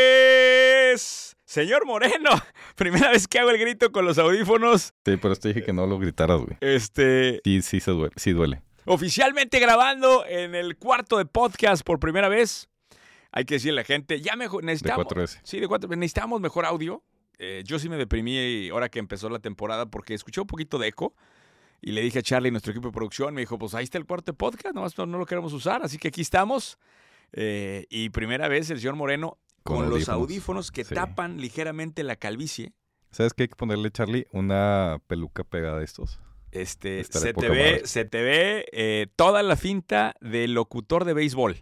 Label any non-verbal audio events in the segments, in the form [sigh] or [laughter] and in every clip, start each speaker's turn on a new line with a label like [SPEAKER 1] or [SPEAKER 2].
[SPEAKER 1] ¡Emprendedores! Señor Moreno, [laughs] primera vez que hago el grito con los audífonos.
[SPEAKER 2] Sí, pero te dije que no lo gritaras, güey.
[SPEAKER 1] Este,
[SPEAKER 2] Sí, sí, se duele, sí duele.
[SPEAKER 1] oficialmente grabando en el cuarto de podcast por primera vez. Hay que decirle a la gente, ya mejor
[SPEAKER 2] De
[SPEAKER 1] necesitamos
[SPEAKER 2] 4S.
[SPEAKER 1] Sí, de cuatro. Necesitábamos mejor audio. Eh, yo sí me deprimí ahora que empezó la temporada porque escuché un poquito de eco. Y le dije a Charlie, nuestro equipo de producción, me dijo, pues ahí está el cuarto de podcast, nomás no, no lo queremos usar, así que aquí estamos. Eh, y primera vez el señor Moreno con,
[SPEAKER 2] Con
[SPEAKER 1] los
[SPEAKER 2] audífonos.
[SPEAKER 1] audífonos que
[SPEAKER 2] Sí.
[SPEAKER 1] tapan ligeramente la calvicie.
[SPEAKER 2] ¿Sabes qué hay que ponerle, Charlie? Una peluca pegada de estos. [laughs]
[SPEAKER 1] Este,
[SPEAKER 2] Estaré
[SPEAKER 1] se, te
[SPEAKER 2] poca
[SPEAKER 1] ve,
[SPEAKER 2] madre.
[SPEAKER 1] se te ve eh, toda la finta de locutor de béisbol.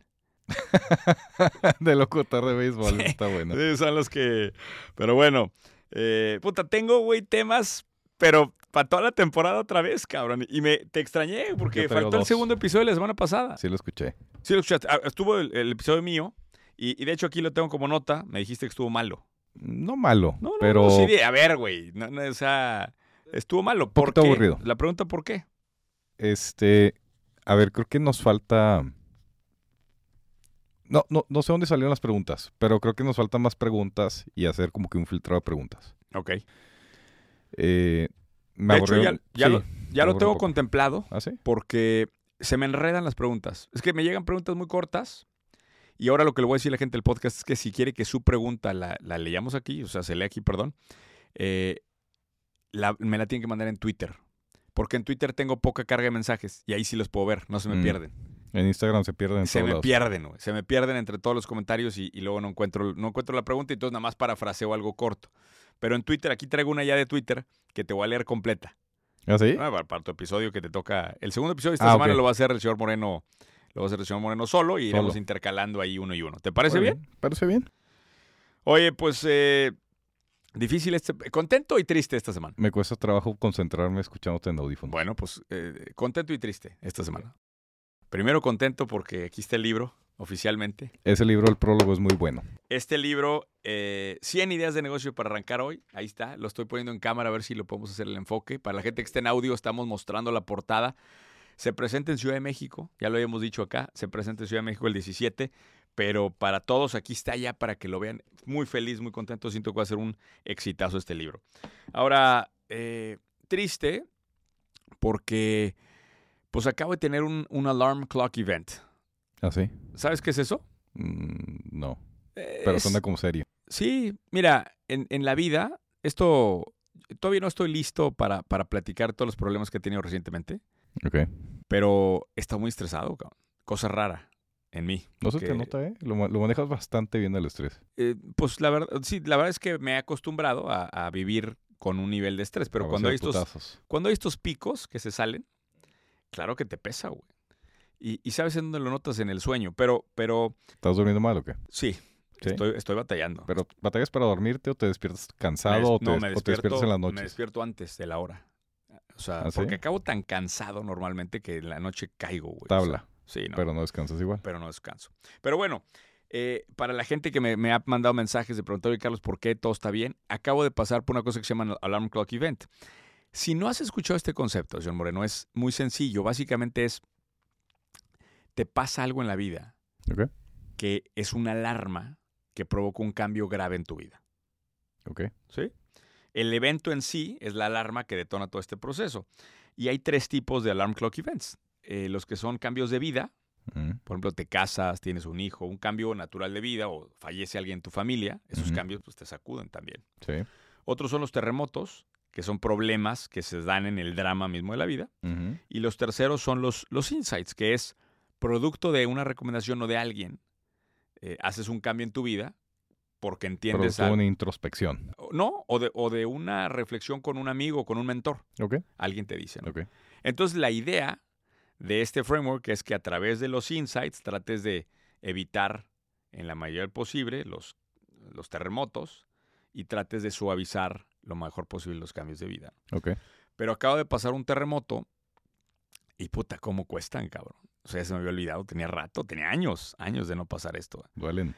[SPEAKER 2] de locutor de béisbol, está bueno.
[SPEAKER 1] Sí, [laughs] son los que. Pero bueno, eh, puta, tengo, güey, temas, pero para toda la temporada otra vez, cabrón. Y me te extrañé porque
[SPEAKER 2] Yo traigo
[SPEAKER 1] faltó el
[SPEAKER 2] dos.
[SPEAKER 1] segundo episodio de la semana pasada. Sí,
[SPEAKER 2] Sí lo escuché.
[SPEAKER 1] lo escuchaste. Ah, Estuvo el, el episodio mío. Y, y de hecho aquí lo tengo como nota. Me dijiste que estuvo malo.
[SPEAKER 2] No malo,
[SPEAKER 1] No, no,
[SPEAKER 2] pero
[SPEAKER 1] no, sí, de- a ver, güey. no, no, o sea, estuvo malo. ¿Por
[SPEAKER 2] poquito
[SPEAKER 1] qué?
[SPEAKER 2] aburrido.
[SPEAKER 1] La pregunta, ¿por qué?
[SPEAKER 2] este, a ver, creo que nos falta no, no, no sé dónde salieron las preguntas, pero creo que nos faltan más preguntas y hacer como que un filtrado de preguntas.
[SPEAKER 1] Ok.
[SPEAKER 2] Eh, me
[SPEAKER 1] De hecho, ya,
[SPEAKER 2] aburrieron-
[SPEAKER 1] ya
[SPEAKER 2] sí.
[SPEAKER 1] lo, ya lo
[SPEAKER 2] aburrió
[SPEAKER 1] tengo
[SPEAKER 2] un poco.
[SPEAKER 1] contemplado.
[SPEAKER 2] ¿Ah, sí?
[SPEAKER 1] porque se me enredan las preguntas. Es que me llegan preguntas muy cortas. Y ahora lo que le voy a decir a la gente del podcast es que si quiere que su pregunta la, la leamos aquí, o sea, se lee aquí, perdón, eh, la- me la tienen que mandar en Twitter. Porque en Twitter tengo poca carga de mensajes y ahí sí los puedo ver, no se me
[SPEAKER 2] Mm,
[SPEAKER 1] pierden.
[SPEAKER 2] En Instagram se pierden en
[SPEAKER 1] Se
[SPEAKER 2] todos
[SPEAKER 1] me
[SPEAKER 2] lados.
[SPEAKER 1] pierden, güey. Se me pierden entre todos los comentarios y, y luego no encuentro, no encuentro la pregunta y entonces nada más parafraseo algo corto. Pero en Twitter, aquí traigo una ya de Twitter que te voy a leer completa.
[SPEAKER 2] ¿Ah, sí?
[SPEAKER 1] Ah, para, para tu episodio que te toca. El segundo episodio de esta
[SPEAKER 2] Ah,
[SPEAKER 1] semana
[SPEAKER 2] ok.
[SPEAKER 1] lo va a hacer el señor Moreno. Lo va a hacer el señor Moreno solo y iremos
[SPEAKER 2] Solo.
[SPEAKER 1] intercalando ahí uno y uno. ¿Te parece
[SPEAKER 2] Muy
[SPEAKER 1] bien?
[SPEAKER 2] Parece bien.
[SPEAKER 1] Oye, pues eh, difícil este. Contento y triste esta semana.
[SPEAKER 2] Me cuesta trabajo concentrarme escuchándote en audífonos.
[SPEAKER 1] Bueno, pues eh, contento y triste esta semana. Primero contento porque aquí está el libro oficialmente.
[SPEAKER 2] Ese libro, el prólogo, es muy bueno.
[SPEAKER 1] Este libro, eh, 100 ideas de negocio para arrancar hoy. Ahí está, lo estoy poniendo en cámara a ver si lo podemos hacer el enfoque. Para la gente que está en audio, estamos mostrando la portada. Se presenta en Ciudad de México, ya lo habíamos dicho acá, se presenta en Ciudad de México el 17, pero para todos aquí está ya para que lo vean. Muy feliz, muy contento, siento que va a ser un exitazo este libro. Ahora, eh, triste porque pues acabo de tener un, un alarm clock event.
[SPEAKER 2] ¿Ah, sí?
[SPEAKER 1] ¿Sabes qué es eso?
[SPEAKER 2] Mm, no. Pero
[SPEAKER 1] Es-
[SPEAKER 2] suena como serio.
[SPEAKER 1] Sí, mira, en, en la vida, esto todavía no estoy listo para, para platicar todos los problemas que he tenido recientemente,
[SPEAKER 2] Ok.
[SPEAKER 1] pero he estado muy estresado, cabrón. cosa rara en mí.
[SPEAKER 2] No se
[SPEAKER 1] porque,
[SPEAKER 2] te nota, ¿eh? Lo, ma- lo manejas bastante bien el estrés.
[SPEAKER 1] eh, pues la verdad, sí, la verdad es que me he acostumbrado a, a vivir con un nivel de estrés, pero
[SPEAKER 2] A
[SPEAKER 1] cuando hay,
[SPEAKER 2] base de
[SPEAKER 1] estos,
[SPEAKER 2] putazos.
[SPEAKER 1] cuando hay estos picos que se salen, claro que te pesa, güey. Y, y sabes en dónde lo notas en el sueño, pero, pero
[SPEAKER 2] ¿Estás durmiendo mal o qué?
[SPEAKER 1] sí,
[SPEAKER 2] Sí.
[SPEAKER 1] Estoy, estoy batallando.
[SPEAKER 2] ¿Pero batallas para dormirte o te despiertas
[SPEAKER 1] Me
[SPEAKER 2] cansado
[SPEAKER 1] des-
[SPEAKER 2] o, te,
[SPEAKER 1] no,
[SPEAKER 2] des-
[SPEAKER 1] me
[SPEAKER 2] o te despiertas en las
[SPEAKER 1] Me
[SPEAKER 2] noches?
[SPEAKER 1] despierto antes de la hora. O sea,
[SPEAKER 2] ¿Ah, sí?
[SPEAKER 1] porque acabo tan cansado normalmente que en la noche caigo, güey. o sea,
[SPEAKER 2] Tabla,
[SPEAKER 1] pues, sí, no, pero...
[SPEAKER 2] pero no descansas igual.
[SPEAKER 1] no descanso. Pero bueno, eh, para la gente que me, me ha mandado mensajes de preguntar, oye, Carlos, ¿por qué todo está bien? Acabo de pasar por una cosa que se llama Alarm Clock Event. Si no has escuchado este concepto, señor Moreno, es muy sencillo. Básicamente es, te pasa algo en la vida
[SPEAKER 2] Ok.
[SPEAKER 1] que es una alarma que provoca un cambio grave en tu vida.
[SPEAKER 2] Ok.
[SPEAKER 1] ¿sí? El evento en sí es la alarma que detona todo este proceso. Y hay tres tipos de alarm clock events. Eh, los que son cambios de vida,
[SPEAKER 2] Mm,
[SPEAKER 1] por ejemplo, te casas, tienes un hijo, un cambio natural de vida o fallece alguien en tu familia, esos
[SPEAKER 2] Ujú.
[SPEAKER 1] cambios pues, te sacuden también.
[SPEAKER 2] Sí.
[SPEAKER 1] Otros son los terremotos, que son problemas que se dan en el drama mismo de la vida.
[SPEAKER 2] Ujú.
[SPEAKER 1] Y los terceros son los, los insights, que es producto de una recomendación o de alguien, eh, haces un cambio en tu vida porque
[SPEAKER 2] Pero
[SPEAKER 1] entiendes
[SPEAKER 2] tuvo
[SPEAKER 1] algo.
[SPEAKER 2] una introspección.
[SPEAKER 1] O- No, o de, o de una reflexión con un amigo, con un mentor.
[SPEAKER 2] Ok.
[SPEAKER 1] Alguien te dice, ¿no?
[SPEAKER 2] Ok.
[SPEAKER 1] Entonces, la idea de este framework es que a través de los insights trates de evitar en la mayoría del posible los, los terremotos y trates de suavizar lo mejor posible los cambios de vida.
[SPEAKER 2] Ok.
[SPEAKER 1] Pero acabo de pasar un terremoto y puta, ¿cómo cuestan, cabrón? O sea, ya se me había olvidado, tenía rato, tenía años, años de no pasar esto. ¿eh?
[SPEAKER 2] Duelen.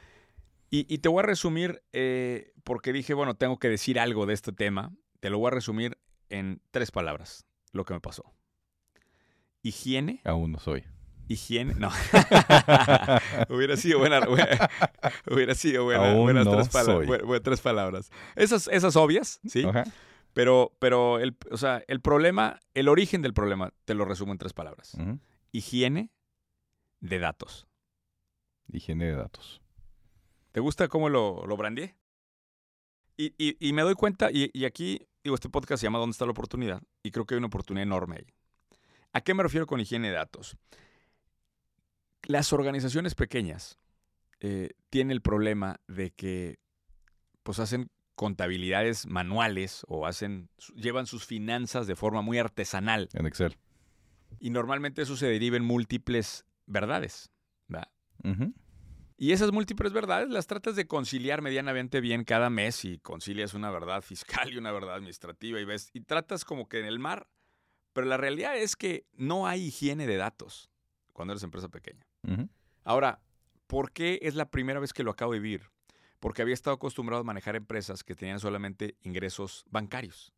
[SPEAKER 1] Y, y te voy a resumir, eh, porque dije, bueno, tengo que decir algo de este tema. Te lo voy a resumir en tres palabras, lo que me pasó. Higiene,
[SPEAKER 2] Aún no soy. [laughs]
[SPEAKER 1] higiene. No. [laughs] hubiera sido buena. [laughs] buena- Hubiera sido buena.
[SPEAKER 2] Aún
[SPEAKER 1] buenas
[SPEAKER 2] no
[SPEAKER 1] tres, pala-
[SPEAKER 2] soy.
[SPEAKER 1] bu- bu- tres palabras. Esas, esas obvias, [laughs] ¿sí?
[SPEAKER 2] Ajá.
[SPEAKER 1] Pero, pero el, o sea, el problema, el origen del problema, te lo resumo en tres palabras.
[SPEAKER 2] Ujú.
[SPEAKER 1] Higiene de datos.
[SPEAKER 2] Higiene de datos.
[SPEAKER 1] ¿Te gusta cómo lo, lo brandeé? Y, y- y me doy cuenta, y, y aquí, digo, este podcast se llama ¿Dónde está la oportunidad? Y creo que hay una oportunidad enorme ahí. ¿A qué me refiero con higiene de datos? Las organizaciones pequeñas eh, tienen el problema de que pues hacen contabilidades manuales o hacen, su- llevan sus finanzas de forma muy artesanal.
[SPEAKER 2] En Excel.
[SPEAKER 1] Y normalmente eso se deriva en múltiples verdades. ¿verdad?
[SPEAKER 2] Ujú.
[SPEAKER 1] Y esas múltiples verdades las tratas de conciliar medianamente bien cada mes y concilias una verdad fiscal y una verdad administrativa y ves y tratas como que en el mar, pero la realidad es que no hay higiene de datos cuando eres empresa pequeña.
[SPEAKER 2] Ujú.
[SPEAKER 1] Ahora, ¿por qué es la primera vez que lo acabo de vivir? Porque había estado acostumbrado a manejar empresas que tenían solamente ingresos bancarios.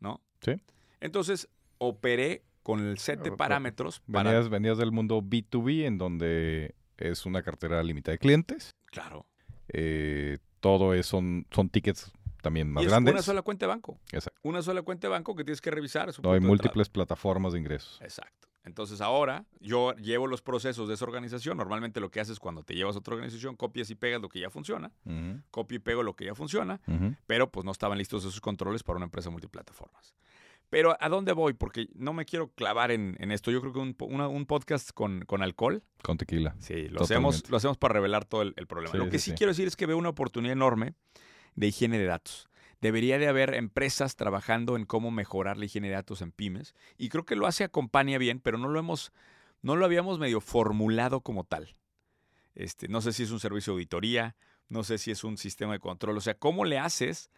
[SPEAKER 1] ¿No?
[SPEAKER 2] Sí.
[SPEAKER 1] Entonces, operé con el set de
[SPEAKER 2] Ah, pa-
[SPEAKER 1] parámetros para
[SPEAKER 2] Venías, venías del mundo B2B en donde es una cartera limitada de clientes.
[SPEAKER 1] claro,
[SPEAKER 2] Eh, todo es son, son tickets también más
[SPEAKER 1] Y es
[SPEAKER 2] grandes.
[SPEAKER 1] Una sola cuenta de banco.
[SPEAKER 2] Exacto.
[SPEAKER 1] Una sola cuenta de banco que tienes que revisar. su
[SPEAKER 2] No hay
[SPEAKER 1] punto de
[SPEAKER 2] múltiples plataformas de ingresos.
[SPEAKER 1] entrada. Exacto. Entonces ahora yo llevo los procesos de esa organización. Normalmente lo que haces cuando te llevas a otra organización, copias y pegas lo que ya funciona,
[SPEAKER 2] Ujú,
[SPEAKER 1] copio y pego lo que ya funciona,
[SPEAKER 2] ujú.
[SPEAKER 1] pero pues no estaban listos esos controles para una empresa multiplataformas. Pero ¿a dónde voy? Porque no me quiero clavar en, en esto. Yo creo que un, po- una- un podcast con, con alcohol,
[SPEAKER 2] Con tequila.
[SPEAKER 1] sí, lo hacemos,
[SPEAKER 2] Totalmente.
[SPEAKER 1] lo hacemos para revelar todo el, el problema.
[SPEAKER 2] Sí,
[SPEAKER 1] lo que
[SPEAKER 2] sí,
[SPEAKER 1] sí
[SPEAKER 2] sí.
[SPEAKER 1] quiero decir es que veo una oportunidad enorme de higiene de datos. Debería de haber empresas trabajando en cómo mejorar la higiene de datos en pymes. Y creo que lo hace Acompaña bien, pero no lo hemos, no lo habíamos medio formulado como tal. Este, no sé si es un servicio de auditoría, no sé si es un sistema de control. O sea, ¿cómo le haces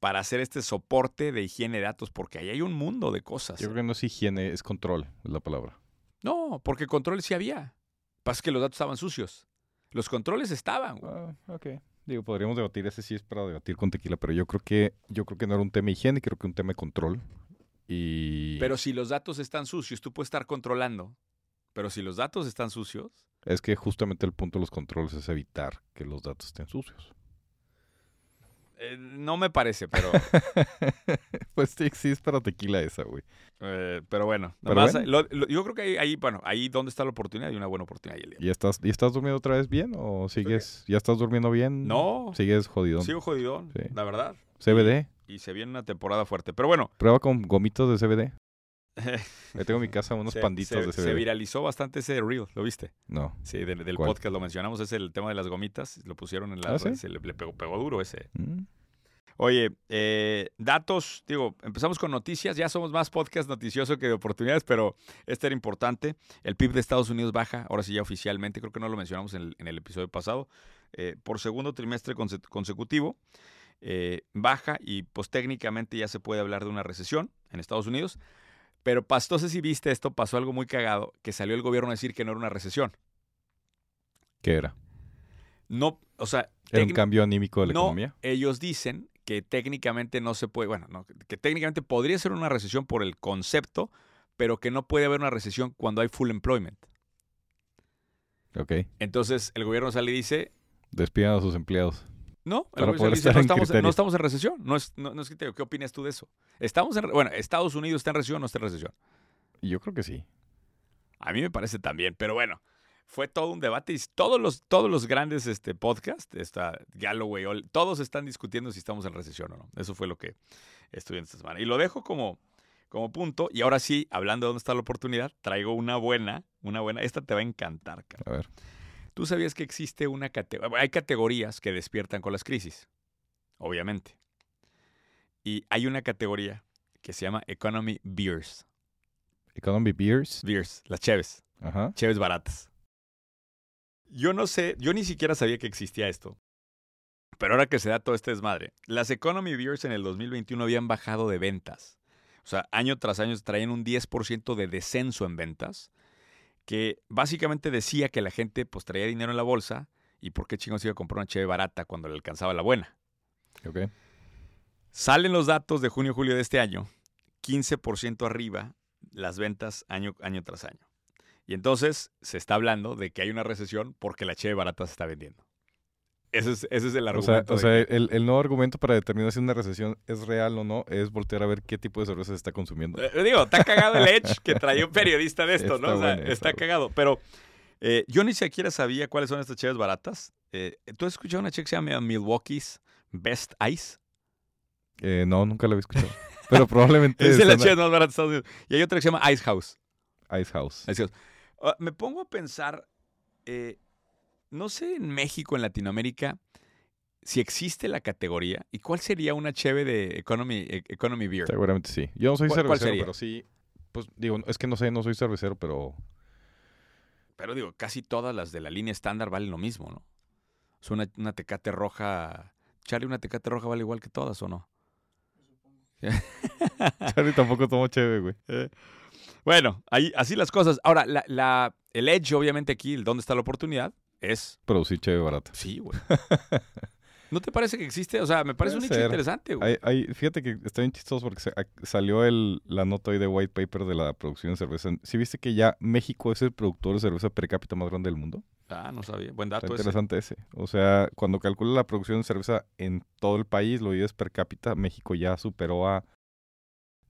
[SPEAKER 1] para hacer este soporte de higiene de datos? Porque ahí hay un mundo de cosas.
[SPEAKER 2] Yo creo que no es higiene, es control, es la palabra.
[SPEAKER 1] No, porque control sí había. Pasa que los datos estaban sucios. Los controles estaban. güey.
[SPEAKER 2] Ah, ok. Digo, podríamos debatir ese sí es para debatir con tequila, pero yo creo que yo creo que no era un tema de higiene, creo que un tema de control. Y
[SPEAKER 1] Pero si los datos están sucios, tú puedes estar controlando. Pero si los datos están sucios,
[SPEAKER 2] es que justamente el punto de los controles es evitar que los datos estén sucios.
[SPEAKER 1] eh, no me parece,
[SPEAKER 2] [laughs]
[SPEAKER 1] pero,
[SPEAKER 2] Pues sí, sí es para tequila esa, güey.
[SPEAKER 1] eh, pero bueno.
[SPEAKER 2] Pero
[SPEAKER 1] nomás,
[SPEAKER 2] bueno.
[SPEAKER 1] lo- lo- yo creo que ahí, ahí, bueno, ahí donde está la oportunidad, hay una buena oportunidad. ahí el día.
[SPEAKER 2] ¿Y estás, ¿Y estás durmiendo otra vez bien o sigues ya estás durmiendo bien?
[SPEAKER 1] No,
[SPEAKER 2] ¿Sigues jodidón?
[SPEAKER 1] sigo jodidón,
[SPEAKER 2] Sí.
[SPEAKER 1] la verdad.
[SPEAKER 2] CBD,
[SPEAKER 1] Y se viene una temporada fuerte. Pero bueno,
[SPEAKER 2] prueba con gomitos
[SPEAKER 1] [laughs]
[SPEAKER 2] de CBD. Ahí tengo en mi casa unos
[SPEAKER 1] se,
[SPEAKER 2] panditos
[SPEAKER 1] se-
[SPEAKER 2] de
[SPEAKER 1] se
[SPEAKER 2] CBD.
[SPEAKER 1] viralizó bastante ese reel, ¿lo viste?
[SPEAKER 2] no.
[SPEAKER 1] Sí, del, del
[SPEAKER 2] ¿Cuál?
[SPEAKER 1] podcast lo mencionamos, es el tema de las gomitas, lo pusieron en la
[SPEAKER 2] ¿Ah, sí?
[SPEAKER 1] se le, le pegó, pegó duro ese.
[SPEAKER 2] Mm.
[SPEAKER 1] Oye, eh, datos, digo, empezamos con noticias, ya somos más podcast noticioso que de oportunidades, pero este era importante. El PIB de Estados Unidos baja, ahora sí ya oficialmente, creo que no lo mencionamos en el, en el episodio pasado, eh, por segundo trimestre conse- consecutivo, eh, baja y pues técnicamente ya se puede hablar de una recesión en Estados Unidos. Pero pas- no sé si viste esto, pasó algo muy cagado, que salió el gobierno a decir que no era una recesión.
[SPEAKER 2] ¿Qué era?
[SPEAKER 1] No, o sea,
[SPEAKER 2] ¿Era un
[SPEAKER 1] técnic-
[SPEAKER 2] cambio anímico de la
[SPEAKER 1] no,
[SPEAKER 2] economía?
[SPEAKER 1] ellos dicen que técnicamente no se puede, bueno, no, que técnicamente podría ser una recesión por el concepto, pero que no puede haber una recesión cuando hay full employment.
[SPEAKER 2] Ok.
[SPEAKER 1] Entonces el gobierno sale y dice,
[SPEAKER 2] Despidan a sus empleados.
[SPEAKER 1] no, el
[SPEAKER 2] Para
[SPEAKER 1] gobierno
[SPEAKER 2] poder
[SPEAKER 1] sale y dice,
[SPEAKER 2] estar
[SPEAKER 1] no,
[SPEAKER 2] en
[SPEAKER 1] estamos,
[SPEAKER 2] criterio.
[SPEAKER 1] no estamos en recesión, no es, no, no es criterio. ¿qué opinas tú de eso? Estamos en, re- bueno, Estados Unidos está en recesión o no está en recesión.
[SPEAKER 2] Yo creo que sí.
[SPEAKER 1] A mí me parece también, pero bueno, fue todo un debate y todos los, todos los grandes este, podcasts, está Galloway, Ol- todos están discutiendo si estamos en recesión o no. Eso fue lo que estudié esta semana. Y lo dejo como, como punto. Y ahora sí, hablando de dónde está la oportunidad, traigo una buena, una buena. Esta te va a encantar, cara.
[SPEAKER 2] A ver.
[SPEAKER 1] Tú sabías que existe una categoría, hay categorías que despiertan con las crisis, obviamente. Y hay una categoría que se llama Economy Beers.
[SPEAKER 2] Economy Beers.
[SPEAKER 1] Beers, las cheves
[SPEAKER 2] Ajá.
[SPEAKER 1] cheves baratas. Yo no sé, yo ni siquiera sabía que existía esto. Pero ahora que se da todo este desmadre, las Economy Beers en el 2021 habían bajado de ventas. O sea, año tras año traían un 10% de descenso en ventas, que básicamente decía que la gente pues traía dinero en la bolsa y por qué chingos iba a comprar una cheve barata cuando le alcanzaba la buena.
[SPEAKER 2] Ok.
[SPEAKER 1] Salen los datos de junio-julio de este año, 15% arriba las ventas año, año tras año. Y entonces se está hablando de que hay una recesión porque la cheve barata se está vendiendo. Ese es, ese es el
[SPEAKER 2] O sea,
[SPEAKER 1] argumento.
[SPEAKER 2] o
[SPEAKER 1] de
[SPEAKER 2] sea,
[SPEAKER 1] que-
[SPEAKER 2] el, el nuevo argumento para determinar si una recesión es real o no es voltear a ver qué tipo de cerveza se está consumiendo.
[SPEAKER 1] Eh, Digo, está cagado el edge que
[SPEAKER 2] [laughs]
[SPEAKER 1] traía un periodista de esto,
[SPEAKER 2] Está
[SPEAKER 1] ¿no? O sea,
[SPEAKER 2] buena, está
[SPEAKER 1] está
[SPEAKER 2] buena.
[SPEAKER 1] cagado. Pero eh, yo ni siquiera sabía cuáles son estas cheves baratas. Eh, ¿Tú has escuchado una cheve que se llama Milwaukee's Best Ice?
[SPEAKER 2] Eh, no, nunca lo había escuchado. Pero probablemente
[SPEAKER 1] Esa [laughs] es la
[SPEAKER 2] están
[SPEAKER 1] cheve más barata de Estados Unidos. Y hay otra que se llama Ice House.
[SPEAKER 2] a- Ice House.
[SPEAKER 1] Ice House. Ah, me pongo a pensar, eh, no sé en México, en Latinoamérica, si existe la categoría y cuál sería una cheve de Economy, eh, economy Beer.
[SPEAKER 2] Seguramente sí. Yo no soy
[SPEAKER 1] ¿Cuál-
[SPEAKER 2] cervecero,
[SPEAKER 1] cuál sería?
[SPEAKER 2] pero sí. Pues digo, es que no sé, no soy cervecero,
[SPEAKER 1] [laughs]
[SPEAKER 2] pero [laughs]
[SPEAKER 1] Pero digo, casi todas las de la línea estándar valen lo mismo, ¿no? Es una, una tecate roja. Charlie, una tecate roja vale igual que todas, ¿o no?
[SPEAKER 2] Charlie tampoco tomo chévere, güey.
[SPEAKER 1] Bueno, ahí, así las cosas. Ahora, la, la- el edge, obviamente, aquí, el dónde está la oportunidad, es.
[SPEAKER 2] Producir chévere barata.
[SPEAKER 1] Sí,
[SPEAKER 2] [laughs]
[SPEAKER 1] güey. ¿No te parece que existe? O sea, me parece un
[SPEAKER 2] Puede
[SPEAKER 1] hecho
[SPEAKER 2] ser.
[SPEAKER 1] interesante, güey.
[SPEAKER 2] Hay- hay- fíjate que está bien chistoso porque se- ac- salió el, la nota hoy de white paper de la producción de cerveza. ¿Sí viste que ya México es el productor de cerveza per cápita más grande del mundo?
[SPEAKER 1] Ah, no sabía. Buen
[SPEAKER 2] Está
[SPEAKER 1] dato ese.
[SPEAKER 2] interesante ese. O sea, cuando calcula la producción de cerveza en todo el país, lo divides per cápita, México ya superó a...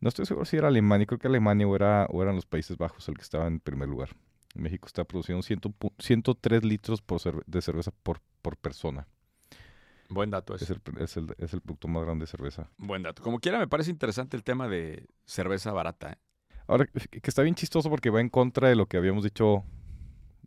[SPEAKER 2] No estoy seguro si era Alemania, creo que Alemania o, era, o eran los Países Bajos el que estaba en primer lugar. México está produciendo 100 pu- 103 litros por cerve- de cerveza por, por persona.
[SPEAKER 1] Buen dato ese.
[SPEAKER 2] Es el, pr- es, el, es el producto más grande de cerveza.
[SPEAKER 1] Buen dato. Como quiera, me parece interesante el tema de cerveza barata. ¿eh?
[SPEAKER 2] Ahora, que que está bien chistoso porque va en contra de lo que habíamos dicho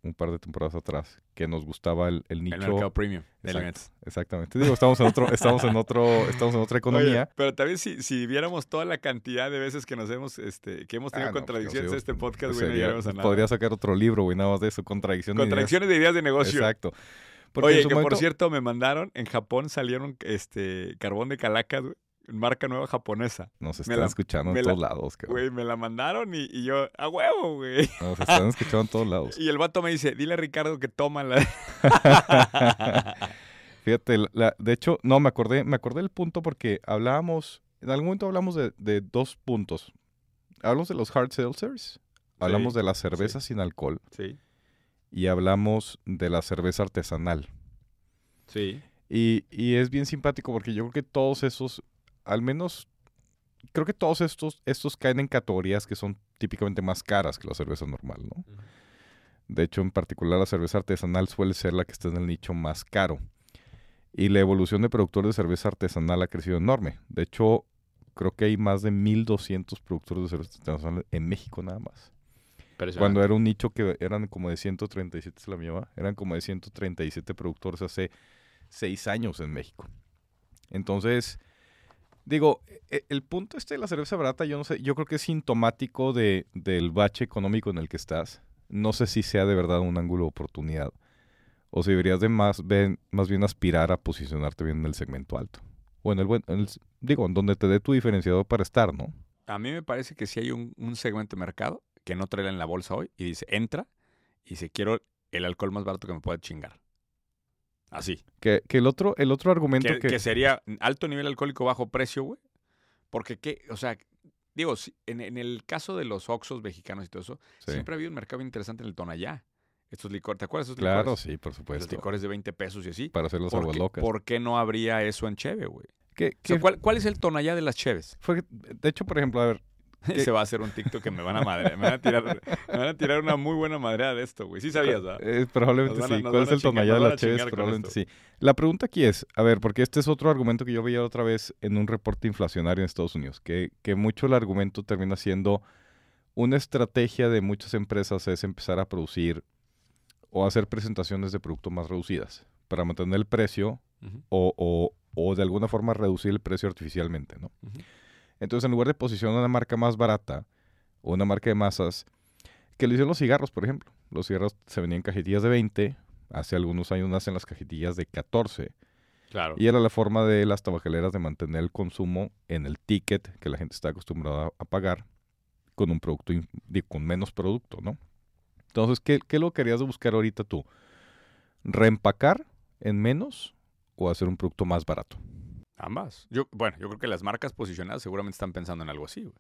[SPEAKER 2] un par de temporadas atrás, que nos gustaba el, el nicho.
[SPEAKER 1] El mercado premium. de
[SPEAKER 2] Exacto.
[SPEAKER 1] alimentos.
[SPEAKER 2] Exactamente. Digo, estamos en otro, estamos en otro, estamos en
[SPEAKER 1] [laughs]
[SPEAKER 2] otra
[SPEAKER 1] Oye,
[SPEAKER 2] economía.
[SPEAKER 1] pero también si, si viéramos toda la cantidad de veces que nos hemos, este, que hemos tenido
[SPEAKER 2] Ah, no, pues,
[SPEAKER 1] contradicciones
[SPEAKER 2] digo,
[SPEAKER 1] en este podcast,
[SPEAKER 2] pues,
[SPEAKER 1] güey, no
[SPEAKER 2] sería-
[SPEAKER 1] llegaremos a nada.
[SPEAKER 2] Podría sacar otro libro, güey, nada más de eso, contradicciones.
[SPEAKER 1] Contradicciones de ideas de negocio.
[SPEAKER 2] Exacto. Porque en
[SPEAKER 1] Oye,
[SPEAKER 2] su
[SPEAKER 1] que por
[SPEAKER 2] momento-
[SPEAKER 1] cierto me mandaron, en Japón salieron este carbón de calacas, güey, marca nueva japonesa.
[SPEAKER 2] Nos
[SPEAKER 1] me
[SPEAKER 2] están
[SPEAKER 1] la-
[SPEAKER 2] escuchando
[SPEAKER 1] me
[SPEAKER 2] en
[SPEAKER 1] la-
[SPEAKER 2] todos lados, cabrón.
[SPEAKER 1] Güey, me la mandaron y, y yo, a huevo,
[SPEAKER 2] [laughs]
[SPEAKER 1] güey. [laughs]
[SPEAKER 2] Nos están escuchando en todos lados.
[SPEAKER 1] Y el vato me dice, dile a Ricardo que toma
[SPEAKER 2] [laughs]
[SPEAKER 1] la... [laughs]
[SPEAKER 2] Fíjate, la- la- de hecho, no, me acordé, me acordé del punto porque hablábamos, en algún momento hablamos de, de dos puntos. Hablamos de los hard seltzers, hablamos de la cerveza sin alcohol
[SPEAKER 1] Sí,
[SPEAKER 2] y hablamos de la cerveza artesanal.
[SPEAKER 1] sí.
[SPEAKER 2] Y, y es bien simpático porque yo creo que todos esos, al menos, creo que todos estos, estos caen en categorías que son típicamente más caras que la cerveza normal, ¿no?
[SPEAKER 1] Ujú.
[SPEAKER 2] De hecho, en particular, la cerveza artesanal suele ser la que está en el nicho más caro. Y la evolución de productores de cerveza artesanal ha crecido enorme. De hecho, creo que hay más de 1.200 productores de cerveza artesanal en México nada más. Cuando era un nicho que eran como de 137, se la llamaba, eran como de 137 productores hace seis años en México. Entonces, digo, e- el punto este de la cerveza barata, yo no sé, yo creo que es sintomático de, del bache económico en el que estás. No sé si sea de verdad un ángulo de oportunidad. O si deberías de más, ben- más bien aspirar a posicionarte bien en el segmento alto. O en el buen, en el s- digo, en donde te dé tu diferenciador para estar, ¿no?
[SPEAKER 1] A mí me parece que si hay un, un segmento de mercado que no trae en la bolsa hoy y dice, entra y dice, quiero el alcohol más barato que me pueda chingar. Así.
[SPEAKER 2] Que, que el otro, el otro argumento
[SPEAKER 1] Que,
[SPEAKER 2] que,
[SPEAKER 1] que sería alto nivel alcohólico, bajo precio, güey. Porque, ¿qué? O sea, digo, si- en, en el caso de los oxos mexicanos y todo eso,
[SPEAKER 2] Sí.
[SPEAKER 1] siempre ha habido un mercado bien interesante en el Tonayá. Estos licores, ¿te acuerdas de esos
[SPEAKER 2] Claro,
[SPEAKER 1] licores?
[SPEAKER 2] sí, por
[SPEAKER 1] Los
[SPEAKER 2] supuesto.
[SPEAKER 1] licores de 20 pesos y así.
[SPEAKER 2] Para hacer las
[SPEAKER 1] ¿Por
[SPEAKER 2] aguas
[SPEAKER 1] qué,
[SPEAKER 2] locas.
[SPEAKER 1] por qué no habría eso en Cheve, güey? O
[SPEAKER 2] ¿Qué-
[SPEAKER 1] sea,
[SPEAKER 2] qué
[SPEAKER 1] ¿cuál, cuál es el Tonayá de las Cheves?
[SPEAKER 2] fue- de hecho, por ejemplo, a ver,
[SPEAKER 1] [laughs]
[SPEAKER 2] ¿Qué?
[SPEAKER 1] Se va a hacer un TikTok que me van a madre, me van a tirar, me van a tirar una muy buena madreada de esto, güey. Sí sabías, ¿verdad?
[SPEAKER 2] eh, probablemente
[SPEAKER 1] Nos van a-
[SPEAKER 2] sí.
[SPEAKER 1] nos
[SPEAKER 2] ¿Cuál
[SPEAKER 1] van
[SPEAKER 2] es
[SPEAKER 1] a
[SPEAKER 2] el
[SPEAKER 1] chingar,
[SPEAKER 2] tonallá
[SPEAKER 1] nos
[SPEAKER 2] de
[SPEAKER 1] van a
[SPEAKER 2] las cheves?
[SPEAKER 1] chingar con
[SPEAKER 2] Probablemente sí. La pregunta aquí es, a ver, porque este es otro argumento que yo veía otra vez en un reporte inflacionario en Estados Unidos, que, que mucho el argumento termina siendo una estrategia de muchas empresas es empezar a producir o hacer presentaciones de productos más reducidas para mantener el precio
[SPEAKER 1] Ujú.
[SPEAKER 2] o, o- o de alguna forma reducir el precio artificialmente, ¿no?
[SPEAKER 1] Ujú.
[SPEAKER 2] Entonces, en lugar de posicionar una marca más barata o una marca de masas, que lo hicieron los cigarros, por ejemplo. Los cigarros se vendían en cajetillas de 20, hace algunos años nacen las cajetillas de 14.
[SPEAKER 1] Claro.
[SPEAKER 2] Y era la forma de las tabacaleras de mantener el consumo en el ticket que la gente está acostumbrada a pagar con un producto, in- di- con menos producto, ¿no? Entonces, ¿qué, qué lo querías buscar ahorita tú? ¿Reempacar en menos o hacer un producto más barato?
[SPEAKER 1] Ambas. Yo, bueno, yo creo que las marcas posicionadas seguramente están pensando en algo así, güey.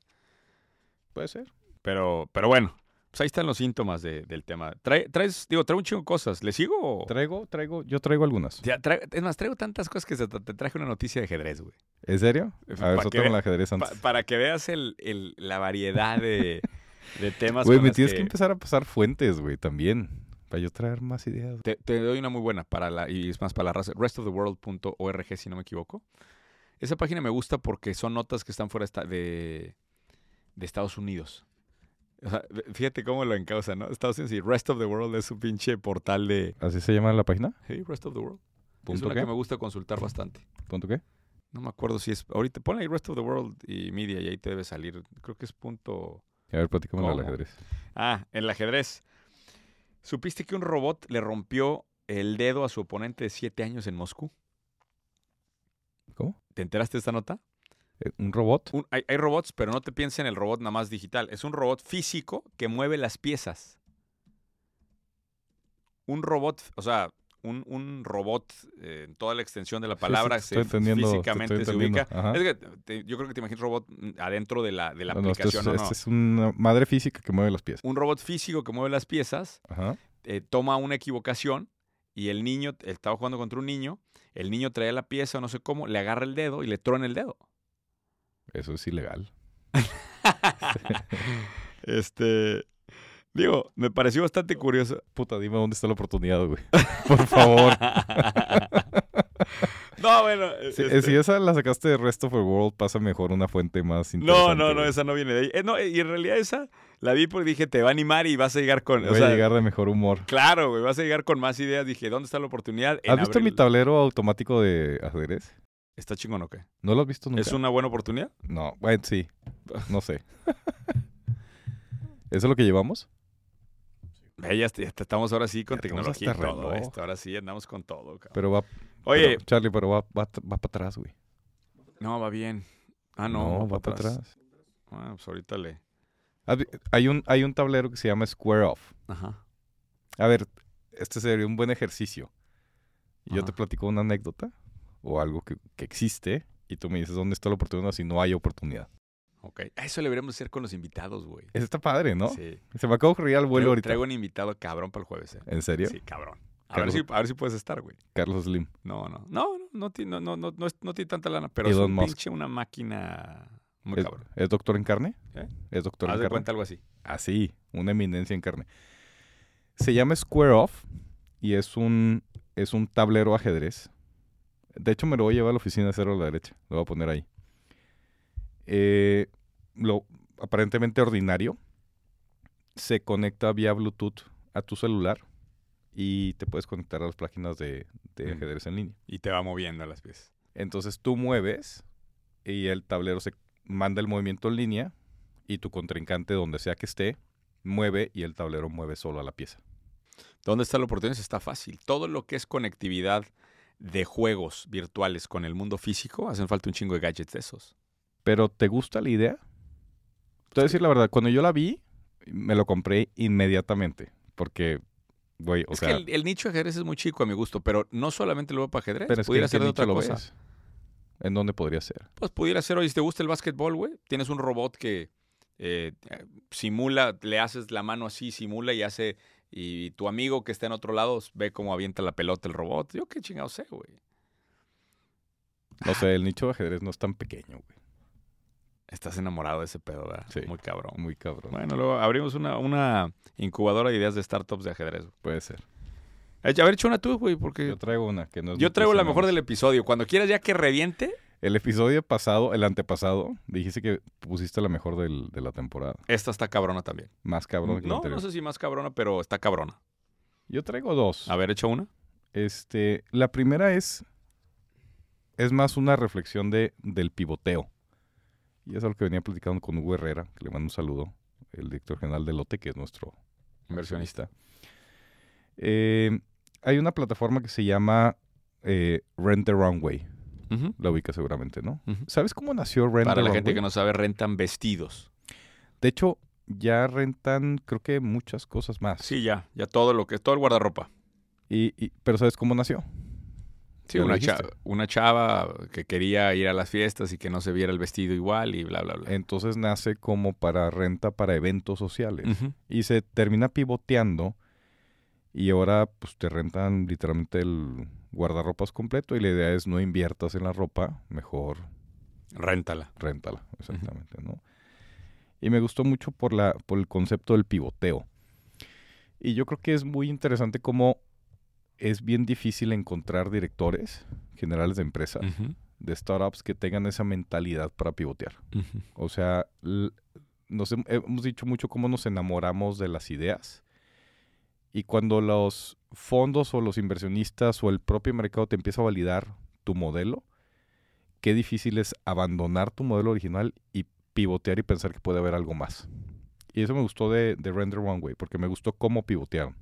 [SPEAKER 2] Puede ser.
[SPEAKER 1] Pero, pero bueno, pues Pues ahí están los síntomas de- del tema. Trae, traes, digo, traigo un chingo de cosas. ¿Le sigo? o-
[SPEAKER 2] Traigo, traigo, yo traigo algunas.
[SPEAKER 1] Ya, traigo- es más, traigo tantas cosas que hasta te traje una noticia de ajedrez, güey.
[SPEAKER 2] ¿En serio?
[SPEAKER 1] ¿Para
[SPEAKER 2] A ver,
[SPEAKER 1] qué?
[SPEAKER 2] sótame la ajedrez
[SPEAKER 1] Pues, Pa-
[SPEAKER 2] antes.
[SPEAKER 1] para que veas el, el- la variedad de, de temas.
[SPEAKER 2] Güey,
[SPEAKER 1] con
[SPEAKER 2] me
[SPEAKER 1] las
[SPEAKER 2] tienes que... empezar a pasar fuentes, güey, también. Para yo traer más ideas. güey.
[SPEAKER 1] Te, te doy una muy buena para la, y es más para la raza, restoftheworld.org, si no me equivoco. Esa página me gusta porque son notas que están fuera esta- de, de Estados Unidos. O sea, ve- fíjate cómo lo encausa, ¿no? Estados Unidos y Rest of the World es un pinche portal de...
[SPEAKER 2] ¿Así se llama la página?
[SPEAKER 1] Hey, Rest of the World. Es
[SPEAKER 2] ¿Punto
[SPEAKER 1] una
[SPEAKER 2] qué?
[SPEAKER 1] que me gusta consultar bastante.
[SPEAKER 2] ¿Punto qué?
[SPEAKER 1] No me acuerdo si es... Ahorita pon ahí Rest of the World y Media y ahí te debe salir. Creo que es punto...
[SPEAKER 2] A ver, platícame el
[SPEAKER 1] ¿Cómo?
[SPEAKER 2] ajedrez.
[SPEAKER 1] Ah, el ajedrez. ¿Supiste que un robot le rompió el dedo a su oponente de 7 años en Moscú?
[SPEAKER 2] ¿Cómo?
[SPEAKER 1] ¿Te enteraste de esta nota?
[SPEAKER 2] Eh, ¿Un robot?
[SPEAKER 1] Un- hay, hay robots, pero no te pienses en el robot nada más digital. Es un robot físico que mueve las piezas. Un robot, o sea, un, un robot eh, en toda la extensión de la palabra
[SPEAKER 2] Sí, sí, te estoy
[SPEAKER 1] se-
[SPEAKER 2] entendiendo, te estoy
[SPEAKER 1] físicamente
[SPEAKER 2] entendiendo.
[SPEAKER 1] se ubica.
[SPEAKER 2] Ajá.
[SPEAKER 1] Es que te- yo creo que te imaginas robot mm, adentro de la, de la
[SPEAKER 2] No, no, esto
[SPEAKER 1] aplicación.
[SPEAKER 2] es,
[SPEAKER 1] ¿no?
[SPEAKER 2] esta
[SPEAKER 1] No.
[SPEAKER 2] es una madre física que mueve los pies.
[SPEAKER 1] Un robot físico que mueve las piezas
[SPEAKER 2] Ajá.
[SPEAKER 1] eh, toma una equivocación y el niño, él estaba jugando contra un niño, el niño trae la pieza, no sé cómo, le agarra el dedo y le trona el dedo.
[SPEAKER 2] Eso es ilegal.
[SPEAKER 1] este, digo, me pareció [laughs] bastante curioso.
[SPEAKER 2] Puta, dime dónde está la oportunidad,
[SPEAKER 1] [laughs]
[SPEAKER 2] güey. Por favor.
[SPEAKER 1] no, bueno. eh,
[SPEAKER 2] Si,
[SPEAKER 1] este,
[SPEAKER 2] si esa la sacaste de Rest of the World, pasa mejor una fuente más
[SPEAKER 1] no,
[SPEAKER 2] interesante.
[SPEAKER 1] no, no,
[SPEAKER 2] güey.
[SPEAKER 1] esa no viene de ahí. Eh, no, eh, y en realidad esa la vi porque dije, te va a animar y vas a llegar con... o
[SPEAKER 2] Voy
[SPEAKER 1] sea,
[SPEAKER 2] a llegar de mejor humor.
[SPEAKER 1] Claro, güey, vas a llegar con más ideas. Dije, ¿dónde está la oportunidad? En
[SPEAKER 2] ¿Has visto mi
[SPEAKER 1] abril.
[SPEAKER 2] tablero automático de ajedrez?
[SPEAKER 1] ¿Está chingón o qué?
[SPEAKER 2] ¿No lo has visto nunca?
[SPEAKER 1] ¿Es una buena oportunidad?
[SPEAKER 2] No, bueno, sí. No sé. [laughs] ¿Eso es lo que llevamos?
[SPEAKER 1] Ve, Eh, ya, est- ya estamos ahora sí con
[SPEAKER 2] Ya tenemos
[SPEAKER 1] tecnología y
[SPEAKER 2] hasta
[SPEAKER 1] todo
[SPEAKER 2] reloj.
[SPEAKER 1] esto. Ahora sí andamos con todo, cabrón.
[SPEAKER 2] Pero va...
[SPEAKER 1] Oye,
[SPEAKER 2] pero- Charlie, pero va, va, va para atrás, güey.
[SPEAKER 1] No, va bien. Ah, no.
[SPEAKER 2] va, para atrás.
[SPEAKER 1] Ah, pues ahorita le.
[SPEAKER 2] Has vi- Hay, un, hay un tablero que se llama Square Off.
[SPEAKER 1] Ajá.
[SPEAKER 2] A ver, este sería un buen ejercicio. Yo te
[SPEAKER 1] Ajá.
[SPEAKER 2] platico una anécdota o algo que, que existe y tú me dices dónde está la oportunidad si no hay oportunidad.
[SPEAKER 1] Ok. Ah, Eso le deberíamos hacer con los invitados, güey.
[SPEAKER 2] Eso está padre, ¿no?
[SPEAKER 1] Sí.
[SPEAKER 2] Se me acaba de ocurrir al vuelo
[SPEAKER 1] Traigo-
[SPEAKER 2] ahorita.
[SPEAKER 1] Traigo un invitado cabrón para el jueves. ¿eh?
[SPEAKER 2] ¿En serio?
[SPEAKER 1] Sí, cabrón. A ver,
[SPEAKER 2] Carlos-
[SPEAKER 1] si, a ver si puedes estar, güey.
[SPEAKER 2] Carlos Slim.
[SPEAKER 1] No, no. No, no, no, ti- no, no, no, no, es- no tiene tanta lana, pero es
[SPEAKER 2] Elon
[SPEAKER 1] un
[SPEAKER 2] Musk.
[SPEAKER 1] pinche una máquina muy
[SPEAKER 2] ¿Es,
[SPEAKER 1] cabrón.
[SPEAKER 2] es doctor en carne?
[SPEAKER 1] ¿Eh?
[SPEAKER 2] ¿Es doctor
[SPEAKER 1] Haz
[SPEAKER 2] en
[SPEAKER 1] de
[SPEAKER 2] carne?
[SPEAKER 1] cuenta algo así.
[SPEAKER 2] Así, una eminencia en carne. Se llama Square Off y es un, es un tablero ajedrez. De hecho, me lo voy a llevar a la oficina de cero a la derecha. Lo voy a poner ahí. Eh, lo aparentemente ordinario. Se conecta vía Bluetooth a tu celular y te puedes conectar a las páginas de, de
[SPEAKER 1] Mm.
[SPEAKER 2] ajedrez en línea.
[SPEAKER 1] Y te va moviendo las piezas.
[SPEAKER 2] Entonces tú mueves y el tablero se manda el movimiento en línea y tu contrincante, donde sea que esté, mueve y el tablero mueve solo a la pieza.
[SPEAKER 1] ¿Dónde está la oportunidad? Está fácil. Todo lo que es conectividad de juegos virtuales con el mundo físico, hacen falta un chingo de gadgets de esos.
[SPEAKER 2] Pero ¿te gusta la idea? Te voy a decir la verdad, cuando yo la vi, me lo compré inmediatamente porque, güey, o
[SPEAKER 1] es
[SPEAKER 2] sea,
[SPEAKER 1] que el, el nicho de ajedrez es muy chico a mi gusto, pero no solamente lo veo para ajedrez.
[SPEAKER 2] pero es que
[SPEAKER 1] pudiera
[SPEAKER 2] ¿en qué
[SPEAKER 1] ser de
[SPEAKER 2] nicho
[SPEAKER 1] otra
[SPEAKER 2] lo
[SPEAKER 1] cosa.
[SPEAKER 2] ves? ¿En dónde podría ser?
[SPEAKER 1] Pues pudiera ser, oye, si te gusta el básquetbol, güey, tienes un robot que eh, simula, le haces la mano así, simula y hace. Y tu amigo que está en otro lado ve cómo avienta la pelota el robot. Yo qué chingado sé, güey.
[SPEAKER 2] No sé, el nicho de ajedrez no es tan pequeño, güey.
[SPEAKER 1] Estás enamorado de ese pedo, ¿verdad?
[SPEAKER 2] Sí.
[SPEAKER 1] Muy cabrón.
[SPEAKER 2] Muy cabrón.
[SPEAKER 1] Bueno, luego abrimos una, una incubadora de ideas de startups de ajedrez. güey.
[SPEAKER 2] Puede ser.
[SPEAKER 1] Echa- A ver, echa una tú, güey, porque
[SPEAKER 2] Yo traigo una que no es
[SPEAKER 1] yo traigo la mejor
[SPEAKER 2] del
[SPEAKER 1] del episodio. Cuando quieras ya que reviente,
[SPEAKER 2] El episodio pasado, el antepasado, dijiste que pusiste la mejor del- de la temporada.
[SPEAKER 1] esta está cabrona también.
[SPEAKER 2] Más cabrón que la
[SPEAKER 1] No,
[SPEAKER 2] anterior.
[SPEAKER 1] no sé si más cabrona, pero está cabrona.
[SPEAKER 2] Yo traigo dos.
[SPEAKER 1] A ver, echa una.
[SPEAKER 2] Este, la primera es. Es más una reflexión de, del pivoteo. Y es algo que venía platicando con Hugo Herrera, que le mando un saludo, el director general de Lote, que es nuestro
[SPEAKER 1] Inversionista.
[SPEAKER 2] accionista. Eh, hay una plataforma que se llama eh, Rent the Runway. La ubica seguramente, ¿no?
[SPEAKER 1] Ujú.
[SPEAKER 2] ¿Sabes cómo nació Rent
[SPEAKER 1] Para
[SPEAKER 2] the
[SPEAKER 1] la gente
[SPEAKER 2] Runway?
[SPEAKER 1] que no sabe, rentan vestidos.
[SPEAKER 2] De hecho, ya rentan, creo que muchas cosas más.
[SPEAKER 1] Sí, ya, ya todo lo que todo el guardarropa.
[SPEAKER 2] Y, y- pero ¿sabes cómo nació?
[SPEAKER 1] Sí,
[SPEAKER 2] Ya lo
[SPEAKER 1] una, cha-
[SPEAKER 2] dijiste.
[SPEAKER 1] una chava que quería ir a las fiestas y que no se viera el vestido igual y bla, bla, bla.
[SPEAKER 2] Entonces nace como para renta para eventos sociales.
[SPEAKER 1] Eh, Ujú.
[SPEAKER 2] Y se termina pivoteando. Y ahora pues te rentan literalmente el guardarropas completo. Y la idea es no inviertas en la ropa, mejor
[SPEAKER 1] Réntala.
[SPEAKER 2] réntala, exactamente, ¿no? Y me gustó mucho por, la, por el concepto del pivoteo. Y yo creo que es muy interesante cómo es bien difícil encontrar directores generales de empresas,
[SPEAKER 1] Ujú,
[SPEAKER 2] de startups que tengan esa mentalidad para pivotear.
[SPEAKER 1] ujú.
[SPEAKER 2] O sea, l- nos hem- hemos dicho mucho cómo nos enamoramos de las ideas. Y cuando los fondos o los inversionistas o el propio mercado te empieza a validar tu modelo, qué difícil es abandonar tu modelo original y pivotear y pensar que puede haber algo más. Y eso me gustó de, de Render One Way, porque me gustó cómo pivotearon.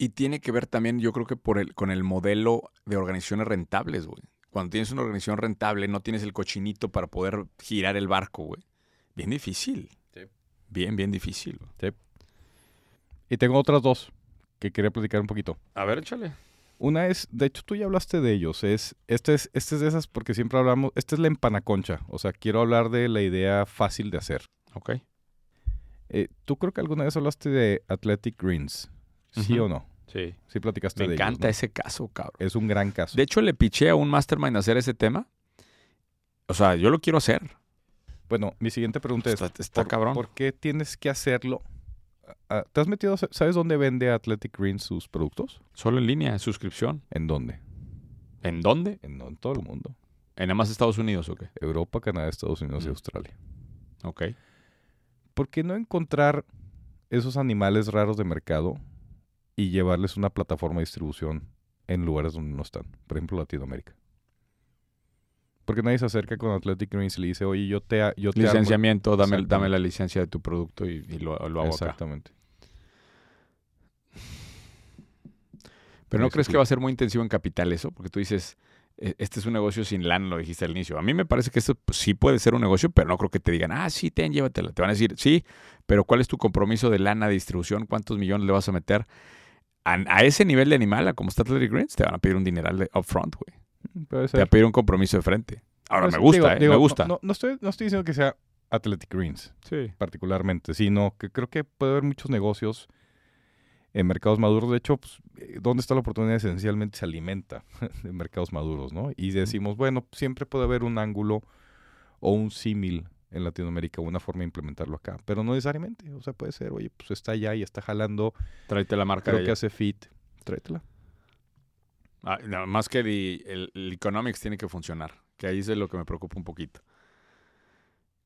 [SPEAKER 1] Y tiene que ver también, yo creo que por el, con el modelo de organizaciones rentables, güey. Cuando tienes una organización rentable, no tienes el cochinito para poder girar el barco, güey. Bien difícil.
[SPEAKER 2] Sí.
[SPEAKER 1] Bien, bien difícil. güey.
[SPEAKER 2] Y tengo otras dos que quería platicar un poquito.
[SPEAKER 1] A ver, échale.
[SPEAKER 2] Una es, de hecho tú ya hablaste de ellos, es, este es, este es de esas porque siempre hablamos, esta es la empanaconcha, o sea, quiero hablar de la idea fácil de hacer.
[SPEAKER 1] Ok.
[SPEAKER 2] Eh, tú creo que alguna vez hablaste de Athletic Greens, ¿sí
[SPEAKER 1] Ujú.
[SPEAKER 2] o no?
[SPEAKER 1] Sí.
[SPEAKER 2] Sí platicaste
[SPEAKER 1] Me
[SPEAKER 2] de ellos,
[SPEAKER 1] encanta
[SPEAKER 2] ¿no?
[SPEAKER 1] ese caso, cabrón.
[SPEAKER 2] Es un gran caso.
[SPEAKER 1] De hecho, le piché a un mastermind hacer ese tema. O sea, yo lo quiero hacer.
[SPEAKER 2] Bueno, mi siguiente pregunta es,
[SPEAKER 1] está está
[SPEAKER 2] ¿por-
[SPEAKER 1] cabrón.
[SPEAKER 2] ¿por qué tienes que hacerlo? Ah, ¿Te has metido, a- sabes dónde vende Athletic Greens sus productos?
[SPEAKER 1] Solo en línea, suscripción.
[SPEAKER 2] ¿En dónde?
[SPEAKER 1] ¿En dónde?
[SPEAKER 2] En, en todo el mundo.
[SPEAKER 1] En nada más Estados Unidos, ¿o qué?
[SPEAKER 2] Europa, Canadá, Estados Unidos y
[SPEAKER 1] Mm.
[SPEAKER 2] Australia.
[SPEAKER 1] Ok.
[SPEAKER 2] ¿por qué no encontrar esos animales raros de mercado y llevarles una plataforma de distribución en lugares donde no están? Por ejemplo, Latinoamérica. Porque nadie se acerca con Athletic Greens y le dice, oye, yo te, ha- yo te armo el-".
[SPEAKER 1] Licenciamiento, dame,
[SPEAKER 2] Exactamente.
[SPEAKER 1] dame la licencia de tu producto y, y lo, lo hago acá.
[SPEAKER 2] Exactamente.
[SPEAKER 1] Pero no crees
[SPEAKER 2] Eso Este, sí.
[SPEAKER 1] que va a ser muy intensivo en capital eso, porque tú dices, "E- este es un negocio sin lana, lo dijiste al inicio. A mí me parece que esto pues, sí puede ser un negocio, pero no creo que te digan, ah, sí, ten, llévatela. Te van a decir, sí, pero ¿cuál es tu compromiso de lana, de distribución? ¿Cuántos millones le vas a meter? A, a ese nivel de animal, a como está Athletic Greens, te van a pedir un dineral de upfront, güey.
[SPEAKER 2] Mm, Puede
[SPEAKER 1] Te van
[SPEAKER 2] ser.
[SPEAKER 1] a pedir un compromiso de frente. Ahora,
[SPEAKER 2] Pues,
[SPEAKER 1] me gusta,
[SPEAKER 2] digo-
[SPEAKER 1] eh,
[SPEAKER 2] digo,
[SPEAKER 1] me
[SPEAKER 2] no-
[SPEAKER 1] gusta.
[SPEAKER 2] No, no estoy, no estoy diciendo que sea Athletic Greens
[SPEAKER 1] Sí.
[SPEAKER 2] particularmente, sino que creo que puede haber muchos negocios en mercados maduros. De hecho, pues, eh, ¿dónde está la oportunidad? Esencialmente se alimenta [laughs] de mercados maduros, ¿no? Y decimos, bueno, siempre puede haber un ángulo o un símil en Latinoamérica, una forma de implementarlo acá, pero no necesariamente. O sea, puede ser, oye, pues está allá y está jalando,
[SPEAKER 1] Tráete la marca
[SPEAKER 2] creo
[SPEAKER 1] de
[SPEAKER 2] que
[SPEAKER 1] allá.
[SPEAKER 2] hace fit, tráetela.
[SPEAKER 1] Ah, nada más que el, el- el economics tiene que funcionar, que ahí es de lo que me preocupa un poquito.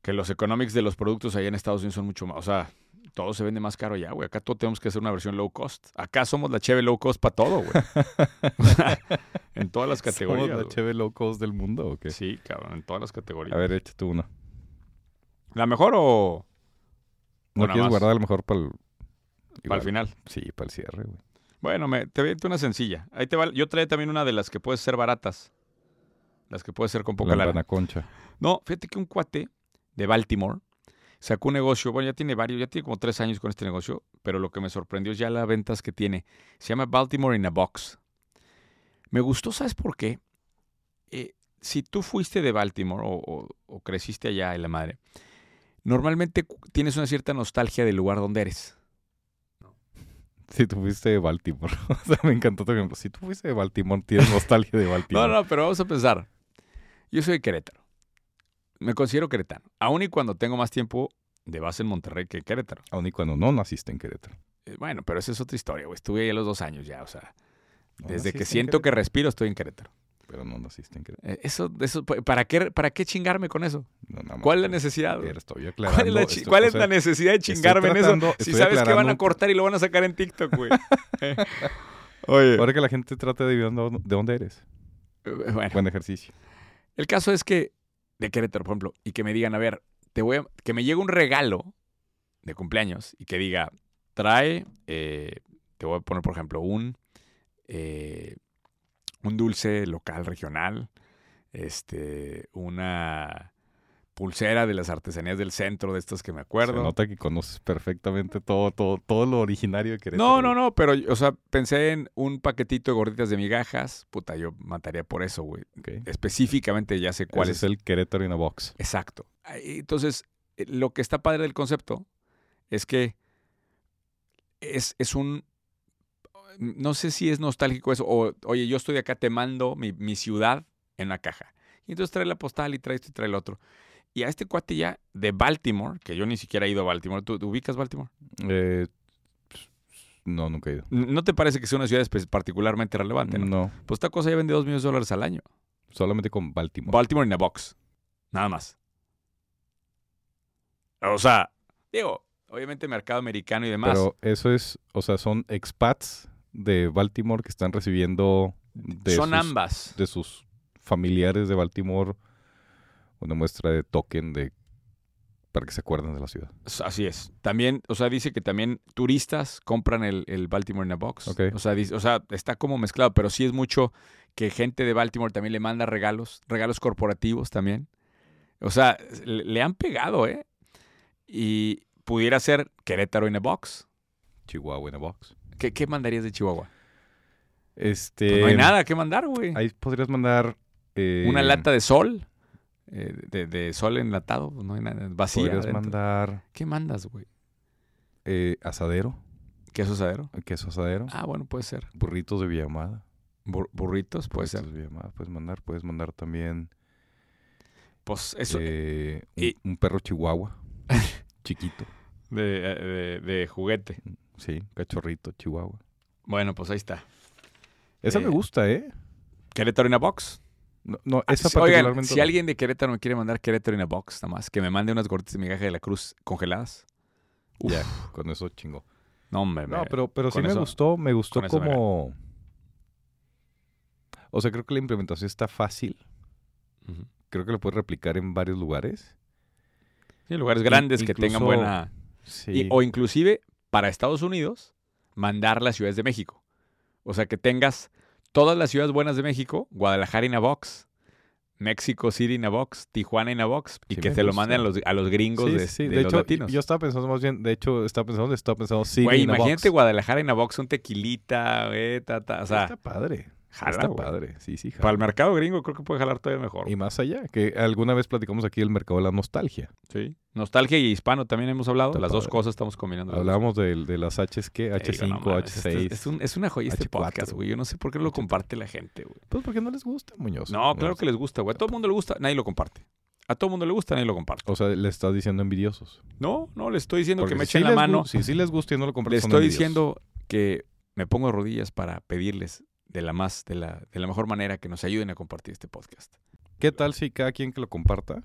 [SPEAKER 1] Que los economics de los productos allá en Estados Unidos son mucho más, o sea, todo se vende más caro allá, güey. Acá todo tenemos que hacer una versión low cost. Acá somos la cheve low cost para todo, güey. O
[SPEAKER 2] [laughs]
[SPEAKER 1] sea, en todas las categorías.
[SPEAKER 2] ¿Somos la
[SPEAKER 1] güey.
[SPEAKER 2] cheve low cost del mundo o qué?
[SPEAKER 1] Sí, cabrón, en todas las categorías.
[SPEAKER 2] A ver, échate una.
[SPEAKER 1] ¿La mejor o
[SPEAKER 2] ¿No
[SPEAKER 1] Una
[SPEAKER 2] quieres
[SPEAKER 1] más.
[SPEAKER 2] guardar a lo mejor para el...
[SPEAKER 1] para
[SPEAKER 2] Igual,
[SPEAKER 1] el final?
[SPEAKER 2] Sí, para el cierre, güey.
[SPEAKER 1] Bueno, me, te vente una sencilla. Ahí te va. Yo trae también una de las que puedes ser baratas. Las que puedes ser con poca
[SPEAKER 2] La
[SPEAKER 1] lana.
[SPEAKER 2] empanaconcha.
[SPEAKER 1] No, fíjate que un cuate de Baltimore sacó un negocio, bueno, ya tiene varios, ya tiene como tres años con este negocio, pero lo que me sorprendió es ya las ventas que tiene. Se llama Baltimore in a Box. Me gustó, ¿sabes por qué? Eh, si tú fuiste de Baltimore o, o- o creciste allá en la madre, normalmente cu- tienes una cierta nostalgia del lugar donde eres.
[SPEAKER 2] Si tú fuiste de Baltimore. [laughs] O sea, me encantó tu ejemplo. Si tú fuiste de Baltimore, tienes nostalgia de Baltimore.
[SPEAKER 1] No, no, pero vamos a pensar. Yo soy de Querétaro. Me considero queretano. Aún y cuando tengo más tiempo de base en Monterrey que en Querétaro.
[SPEAKER 2] Aun y cuando no naciste en Querétaro.
[SPEAKER 1] Eh, Bueno, pero esa es otra historia, güey. Estuve ahí a los dos años ya, o sea,
[SPEAKER 2] No
[SPEAKER 1] desde que
[SPEAKER 2] naciste en
[SPEAKER 1] siento que respiro estoy en Querétaro.
[SPEAKER 2] Querétaro, Pero no naciste en Querétaro.
[SPEAKER 1] Eh, Eso, eso, pa- ¿para qué, para qué chingarme con eso?
[SPEAKER 2] No, nada más.
[SPEAKER 1] ¿Cuál es la necesidad? güey?
[SPEAKER 2] Pero Estoy aclarando.
[SPEAKER 1] ¿Cuál es la, chi-
[SPEAKER 2] estoy-
[SPEAKER 1] cuál
[SPEAKER 2] o
[SPEAKER 1] es la
[SPEAKER 2] sea,
[SPEAKER 1] necesidad de
[SPEAKER 2] estoy
[SPEAKER 1] chingarme en eso?
[SPEAKER 2] tratando-
[SPEAKER 1] Si
[SPEAKER 2] estoy
[SPEAKER 1] sabes que van
[SPEAKER 2] aclarando
[SPEAKER 1] a
[SPEAKER 2] un-
[SPEAKER 1] cortar y lo van a sacar en TikTok,
[SPEAKER 2] [laughs]
[SPEAKER 1] güey. Oye,
[SPEAKER 2] Ahora que la gente trata de adivinar dó- de dónde eres.
[SPEAKER 1] eh, bueno,
[SPEAKER 2] Buen ejercicio.
[SPEAKER 1] el caso es que de Querétaro, por ejemplo, y que me digan, a ver, te voy a- que me llegue un regalo de cumpleaños y que diga, trae, eh, te voy a poner, por ejemplo, un, eh, un dulce local, regional, este, una pulsera de las artesanías del centro, de estas que me
[SPEAKER 2] Se
[SPEAKER 1] acuerdo.
[SPEAKER 2] nota que conoces perfectamente todo, todo, todo lo originario de Querétaro.
[SPEAKER 1] No,
[SPEAKER 2] güey.
[SPEAKER 1] no, no, pero, o sea, pensé en un paquetito de gorditas de migajas. Puta, yo mataría por eso, güey.
[SPEAKER 2] Ok.
[SPEAKER 1] Específicamente ya sé Eh, cuál
[SPEAKER 2] Ese es el Querétaro in a box?
[SPEAKER 1] Exacto. Ahí, Entonces, eh, lo que está padre del concepto es que es, es un... No sé si es nostálgico eso, o oye, yo estoy acá, te mando mi, mi ciudad en una caja. Y entonces trae la postal y trae esto y trae el otro. Y a este cuate ya de Baltimore, que yo ni siquiera he ido a Baltimore, ¿tú, tú ubicas Baltimore?
[SPEAKER 2] Eh, no, nunca he ido.
[SPEAKER 1] N- ¿No te parece que sea una ciudad espe- particularmente relevante? no?
[SPEAKER 2] No,
[SPEAKER 1] Pues esta cosa ya vende 2 millones de dólares al año.
[SPEAKER 2] solamente con Baltimore.
[SPEAKER 1] Baltimore in a box. Nada más. O sea, digo, obviamente mercado americano y demás.
[SPEAKER 2] Pero eso es, o sea, son expats de Baltimore que están recibiendo de,
[SPEAKER 1] son
[SPEAKER 2] sus,
[SPEAKER 1] ambas.
[SPEAKER 2] de sus familiares de Baltimore una muestra de token de para que se acuerden de la ciudad.
[SPEAKER 1] Así es. También, o sea, dice que también turistas compran el, el Baltimore in a box.
[SPEAKER 2] Ok.
[SPEAKER 1] O, sea, dice- o sea, está como mezclado, pero sí es mucho que gente de Baltimore también le manda regalos, regalos corporativos también. O sea, le, le han pegado, ¿eh? Y pudiera ser Querétaro in a box.
[SPEAKER 2] Chihuahua in a box.
[SPEAKER 1] ¿Qué, qué mandarías de Chihuahua?
[SPEAKER 2] Este,
[SPEAKER 1] Pues no hay nada que mandar, güey.
[SPEAKER 2] Ahí podrías mandar eh,
[SPEAKER 1] Una lata de sol. eh, de, de sol enlatado, pues no hay nada. Vacía.
[SPEAKER 2] Podrías
[SPEAKER 1] adentro.
[SPEAKER 2] mandar
[SPEAKER 1] ¿Qué mandas, güey?
[SPEAKER 2] eh, asadero,
[SPEAKER 1] ¿Queso asadero?
[SPEAKER 2] queso asadero,
[SPEAKER 1] Ah, bueno, puede ser.
[SPEAKER 2] burritos de Villamada.
[SPEAKER 1] Bur- burritos, puede
[SPEAKER 2] burritos
[SPEAKER 1] ser.
[SPEAKER 2] de Villamada, puedes mandar, puedes mandar también
[SPEAKER 1] Pues eso.
[SPEAKER 2] eh, un-
[SPEAKER 1] y-
[SPEAKER 2] un, perro
[SPEAKER 1] [laughs]
[SPEAKER 2] chihuahua chiquito,
[SPEAKER 1] De, eh, de- de juguete.
[SPEAKER 2] sí, un cachorrito chihuahua.
[SPEAKER 1] Bueno, pues ahí está.
[SPEAKER 2] Esa
[SPEAKER 1] Eh,
[SPEAKER 2] me gusta, ¿eh?
[SPEAKER 1] Querétaro in a box.
[SPEAKER 2] No, no, esa
[SPEAKER 1] Si- Oigan,
[SPEAKER 2] particularmente
[SPEAKER 1] si
[SPEAKER 2] no.
[SPEAKER 1] alguien de Querétaro me quiere mandar Querétaro in a box, nada más, que me mande unas gorditas de migaja de la cruz congeladas. Uf,
[SPEAKER 2] Ya, con eso chingo.
[SPEAKER 1] No, hombre.
[SPEAKER 2] No,
[SPEAKER 1] me-
[SPEAKER 2] pero, pero sí
[SPEAKER 1] con
[SPEAKER 2] me
[SPEAKER 1] eso-
[SPEAKER 2] gustó, me gustó
[SPEAKER 1] con eso me
[SPEAKER 2] como... O sea, creo que la implementación está fácil.
[SPEAKER 1] Ujú.
[SPEAKER 2] Creo que lo puedes replicar en varios lugares.
[SPEAKER 1] Sí, lugares grandes que tengan
[SPEAKER 2] incluso-
[SPEAKER 1] buena...
[SPEAKER 2] Sí.
[SPEAKER 1] Y- o inclusive para Estados Unidos, mandar las ciudades de México. O sea, que tengas todas las ciudades buenas de México, Guadalajara en a box, Mexico City en a box, Tijuana en a box, y
[SPEAKER 2] Sí
[SPEAKER 1] que
[SPEAKER 2] me
[SPEAKER 1] te lo
[SPEAKER 2] gusta.
[SPEAKER 1] manden a los, a los gringos
[SPEAKER 2] Sí,
[SPEAKER 1] de,
[SPEAKER 2] sí,
[SPEAKER 1] de
[SPEAKER 2] de
[SPEAKER 1] los
[SPEAKER 2] hecho,
[SPEAKER 1] latinos.
[SPEAKER 2] yo estaba pensando más bien, de hecho, estaba pensando, estaba pensando, sí,
[SPEAKER 1] Güey,
[SPEAKER 2] in a box.
[SPEAKER 1] imagínate Guadalajara en a box, un tequilita, güey, ta, ta, o sea,
[SPEAKER 2] está padre,
[SPEAKER 1] jala,
[SPEAKER 2] está
[SPEAKER 1] güey.
[SPEAKER 2] padre, sí, sí, jala.
[SPEAKER 1] Para el mercado gringo creo que puede jalar todavía mejor.
[SPEAKER 2] Y más allá, que alguna vez platicamos aquí del mercado de la nostalgia.
[SPEAKER 1] Sí. Nostalgia y hispano también hemos hablado.
[SPEAKER 2] Está
[SPEAKER 1] Las dos
[SPEAKER 2] padre.
[SPEAKER 1] cosas estamos combinando. las dos.
[SPEAKER 2] Hablábamos del- de, las H's, ¿qué?
[SPEAKER 1] Te digo,
[SPEAKER 2] H5,
[SPEAKER 1] no mames, esto
[SPEAKER 2] H6.
[SPEAKER 1] Es, es un- es una joya este
[SPEAKER 2] H4.
[SPEAKER 1] podcast, güey. Yo no sé por qué no lo comparte la gente, güey.
[SPEAKER 2] Pues porque no les gusta, Muñoz.
[SPEAKER 1] No, claro que les gusta, güey. A todo el mundo le gusta, nadie lo comparte. A todo el mundo le gusta, nadie lo comparte.
[SPEAKER 2] O sea, le estás diciendo envidiosos.
[SPEAKER 1] No, no, le estoy diciendo
[SPEAKER 2] Porque
[SPEAKER 1] que me
[SPEAKER 2] si
[SPEAKER 1] echen la
[SPEAKER 2] les gu-
[SPEAKER 1] mano.
[SPEAKER 2] Si sí les gusta y no lo compras,
[SPEAKER 1] Le
[SPEAKER 2] son
[SPEAKER 1] estoy
[SPEAKER 2] envidiosos.
[SPEAKER 1] diciendo que me pongo de rodillas para pedirles de la más, de la, de la mejor manera que nos ayuden a compartir este podcast.
[SPEAKER 2] ¿Qué tal si cada quien que lo comparta,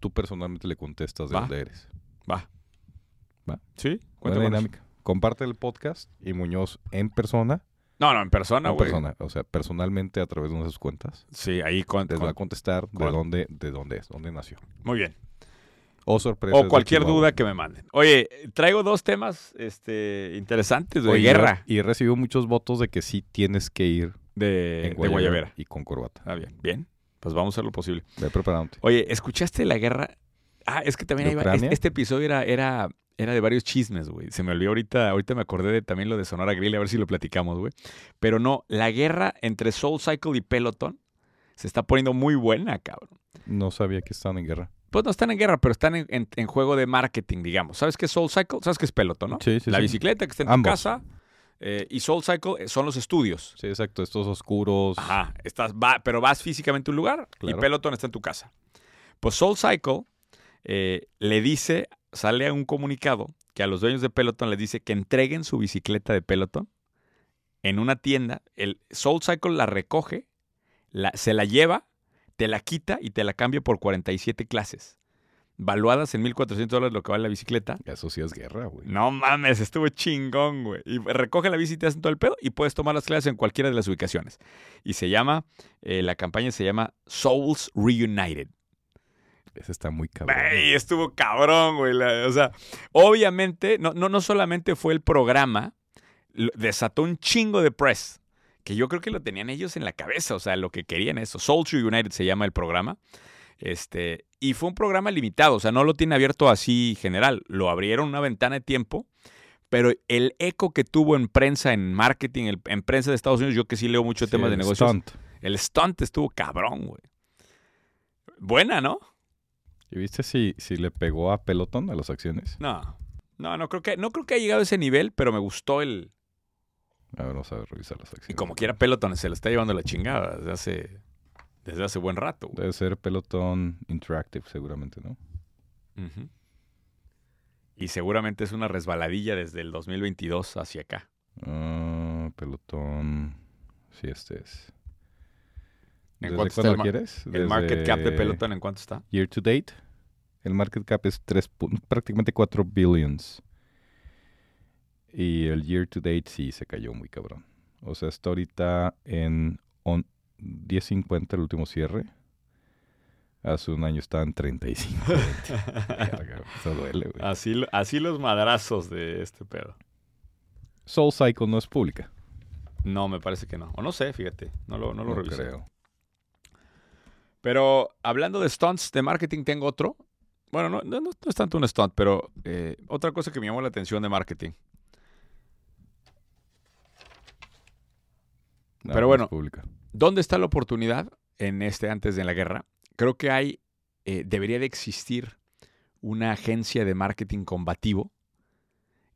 [SPEAKER 2] tú personalmente le contestas de
[SPEAKER 1] Va.
[SPEAKER 2] dónde eres?
[SPEAKER 1] Va.
[SPEAKER 2] Va.
[SPEAKER 1] ¿Sí?
[SPEAKER 2] Buena
[SPEAKER 1] Cuenta con eso.
[SPEAKER 2] dinámica. Comparte el podcast y Muñoz en persona.
[SPEAKER 1] No, no, en persona,
[SPEAKER 2] en
[SPEAKER 1] güey.
[SPEAKER 2] persona, o sea, personalmente a través de una de sus cuentas.
[SPEAKER 1] Sí, ahí con,
[SPEAKER 2] Les va
[SPEAKER 1] con-
[SPEAKER 2] a contestar de
[SPEAKER 1] con-
[SPEAKER 2] dónde, de dónde es, dónde nació.
[SPEAKER 1] Muy bien.
[SPEAKER 2] O oh, sorpresa.
[SPEAKER 1] O cualquier duda que me manden. Oye, traigo dos temas este, interesantes de guerra
[SPEAKER 2] Y recibió muchos votos de que sí tienes que ir
[SPEAKER 1] de,
[SPEAKER 2] en
[SPEAKER 1] Eh, de Guayabera.
[SPEAKER 2] y con corbata.
[SPEAKER 1] Ah, bien. Bien. Pues vamos a hacer lo posible.
[SPEAKER 2] Ve preparándote.
[SPEAKER 1] Oye, ¿escuchaste la guerra? Ah, es que también
[SPEAKER 2] ¿De
[SPEAKER 1] ahí va-
[SPEAKER 2] Ucrania?
[SPEAKER 1] es- Este episodio era, era, era de varios chismes, güey. Se me olvidó ahorita, ahorita me acordé de también lo de Sonora Grill, a ver si lo platicamos, güey. Pero no, la guerra entre Soul Cycle y Peloton se está poniendo muy buena, cabrón.
[SPEAKER 2] No sabía que estaban en guerra.
[SPEAKER 1] Pues no están en guerra, pero están en, en- en juego de marketing, digamos. ¿Sabes qué es Soul Cycle? ¿Sabes qué es Peloton, no?
[SPEAKER 2] Sí, sí,
[SPEAKER 1] la
[SPEAKER 2] sí.
[SPEAKER 1] bicicleta que está en
[SPEAKER 2] Ambos.
[SPEAKER 1] tu casa eh, y Soul Cycle son los estudios.
[SPEAKER 2] Sí, exacto. Estos oscuros.
[SPEAKER 1] Ajá, estás, va, pero vas físicamente a un lugar
[SPEAKER 2] Claro.
[SPEAKER 1] y Peloton está en tu casa. Pues Soul Cycle eh, le dice, sale a un comunicado que a los dueños de Peloton les dice que entreguen su bicicleta de Peloton en una tienda. El Soul Cycle la recoge, la- se la lleva, te la quita y te la cambia por 47 clases. Valuadas en 1.400 dólares lo que vale la bicicleta.
[SPEAKER 2] Eso sí es guerra, güey.
[SPEAKER 1] No mames, estuvo chingón, güey. Y recoge la bici y te hacen todo el pedo y puedes tomar las clases en cualquiera de las ubicaciones. Y se llama, eh, la campaña se llama Souls Reunited.
[SPEAKER 2] Ese está muy cabrón.
[SPEAKER 1] Güey, estuvo cabrón, güey. La- o sea, obviamente, no, no, no solamente fue el programa, lo- desató un chingo de press. Que yo creo que lo tenían ellos en la cabeza, o sea, lo que querían eso. Soul Reunited se llama el programa. Este, y fue un programa limitado, o sea, no lo tiene abierto así general. Lo abrieron una ventana de tiempo, pero el eco que tuvo en prensa, en marketing, el- en prensa de Estados Unidos, yo que sí leo mucho
[SPEAKER 2] Sí,
[SPEAKER 1] temas de
[SPEAKER 2] el
[SPEAKER 1] negocios,
[SPEAKER 2] stunt.
[SPEAKER 1] el stunt estuvo cabrón, güey. Buena, ¿no?
[SPEAKER 2] ¿Y viste si, si le pegó a Pelotón a las acciones?
[SPEAKER 1] No, no, no creo que, no creo que haya llegado a ese nivel, pero me gustó el.
[SPEAKER 2] A ver, vamos a revisar las acciones.
[SPEAKER 1] Y como quiera, Peloton se lo está llevando la chingada desde hace, desde hace buen rato. güey.
[SPEAKER 2] Debe ser Pelotón Interactive, seguramente, ¿no?
[SPEAKER 1] Ujú. Y seguramente es una resbaladilla desde el 2022 hacia acá.
[SPEAKER 2] Ah, pelotón. Sí, este es.
[SPEAKER 1] ¿En
[SPEAKER 2] ¿Desde
[SPEAKER 1] cuánto está
[SPEAKER 2] cuándo
[SPEAKER 1] el ma-
[SPEAKER 2] quieres?
[SPEAKER 1] El market cap de
[SPEAKER 2] Desde
[SPEAKER 1] Peloton, ¿en cuánto está?
[SPEAKER 2] Year to date. El market cap es tres pun- prácticamente 4 billions. Y el year to date sí se cayó muy cabrón. O sea, está ahorita en on- 10.50 el último cierre. Hace un año estaba en 35.
[SPEAKER 1] [laughs]
[SPEAKER 2] Verga, Eso duele, güey.
[SPEAKER 1] Así, lo- así los madrazos de este pedo.
[SPEAKER 2] Soul Cycle no es pública.
[SPEAKER 1] No, me parece que no. O no sé, fíjate. No lo, no lo
[SPEAKER 2] No
[SPEAKER 1] revisé.
[SPEAKER 2] creo.
[SPEAKER 1] Pero hablando de stunts de marketing, tengo otro. Bueno, no, no- no es tanto un stunt, pero eh, otra cosa que me llamó la atención de marketing.
[SPEAKER 2] No,
[SPEAKER 1] Pero
[SPEAKER 2] no
[SPEAKER 1] bueno,
[SPEAKER 2] es pública.
[SPEAKER 1] ¿Dónde está la oportunidad en este antes de la guerra? Creo que hay, eh, debería de existir una agencia de marketing combativo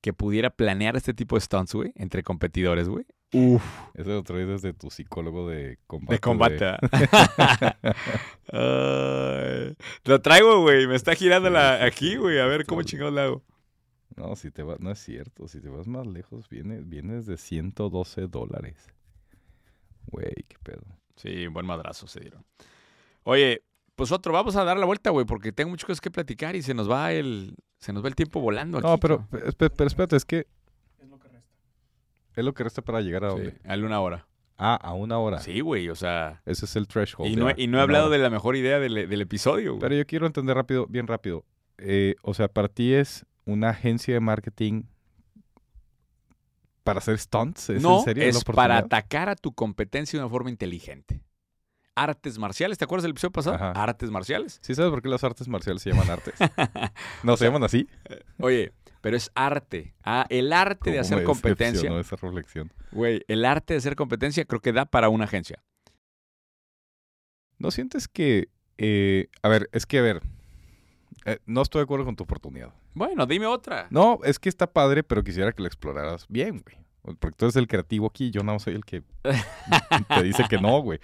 [SPEAKER 1] que pudiera planear este tipo de stunts, güey, entre competidores, güey. Uf,
[SPEAKER 2] Ese lo traes de tu psicólogo de combate.
[SPEAKER 1] de combate. [laughs] ¿verdad? Ay, lo traigo, güey. Me está girando
[SPEAKER 2] Sí,
[SPEAKER 1] la,
[SPEAKER 2] sí,
[SPEAKER 1] aquí,
[SPEAKER 2] sí.
[SPEAKER 1] güey. A ver cómo
[SPEAKER 2] Chale.
[SPEAKER 1] chingados la hago.
[SPEAKER 2] No, si te vas, no es cierto. Si te vas más lejos, vienes, vienes de 112 dólares. Güey, qué pedo.
[SPEAKER 1] Sí, buen madrazo se dieron. Oye, pues otro, vamos a dar la vuelta, güey, porque tengo muchas cosas que platicar y se nos va el, se nos va el tiempo volando aquí.
[SPEAKER 2] No, pero,
[SPEAKER 1] cabrón.
[SPEAKER 2] pe- espe- pero, espérate, es que. Es lo que resta. para llegar a dónde?
[SPEAKER 1] Sí, a una hora.
[SPEAKER 2] Ah, a una hora.
[SPEAKER 1] Sí, güey, o sea.
[SPEAKER 2] Ese es el threshold.
[SPEAKER 1] Y no,
[SPEAKER 2] ya,
[SPEAKER 1] he- y no he
[SPEAKER 2] una
[SPEAKER 1] hablado
[SPEAKER 2] hora.
[SPEAKER 1] de la mejor idea del, del episodio, güey.
[SPEAKER 2] Pero yo quiero entender rápido, bien rápido. Eh, o sea, para ti es una agencia de marketing para hacer stunts. ¿Es
[SPEAKER 1] no,
[SPEAKER 2] en serio? la
[SPEAKER 1] es para
[SPEAKER 2] oportunidad?
[SPEAKER 1] atacar a tu competencia de una forma inteligente. Artes marciales, ¿te acuerdas del episodio pasado?
[SPEAKER 2] Ajá.
[SPEAKER 1] Artes marciales.
[SPEAKER 2] ¿Sí sabes por qué las artes marciales se llaman
[SPEAKER 1] [laughs]
[SPEAKER 2] artes? no, se llaman así.
[SPEAKER 1] Oye, pero es arte. Ah, el arte de
[SPEAKER 2] Cómo
[SPEAKER 1] hacer
[SPEAKER 2] me
[SPEAKER 1] competencia.
[SPEAKER 2] decepcionó Esa reflexión.
[SPEAKER 1] Güey, el arte de hacer competencia creo que da para una agencia.
[SPEAKER 2] ¿No sientes que... eh, a ver, es que, a ver, eh, no estoy de acuerdo con tu oportunidad.
[SPEAKER 1] Bueno, dime otra.
[SPEAKER 2] No, es que está padre, pero quisiera que lo exploraras bien, güey. Porque tú eres el creativo aquí, yo no soy el que te dice que no, güey.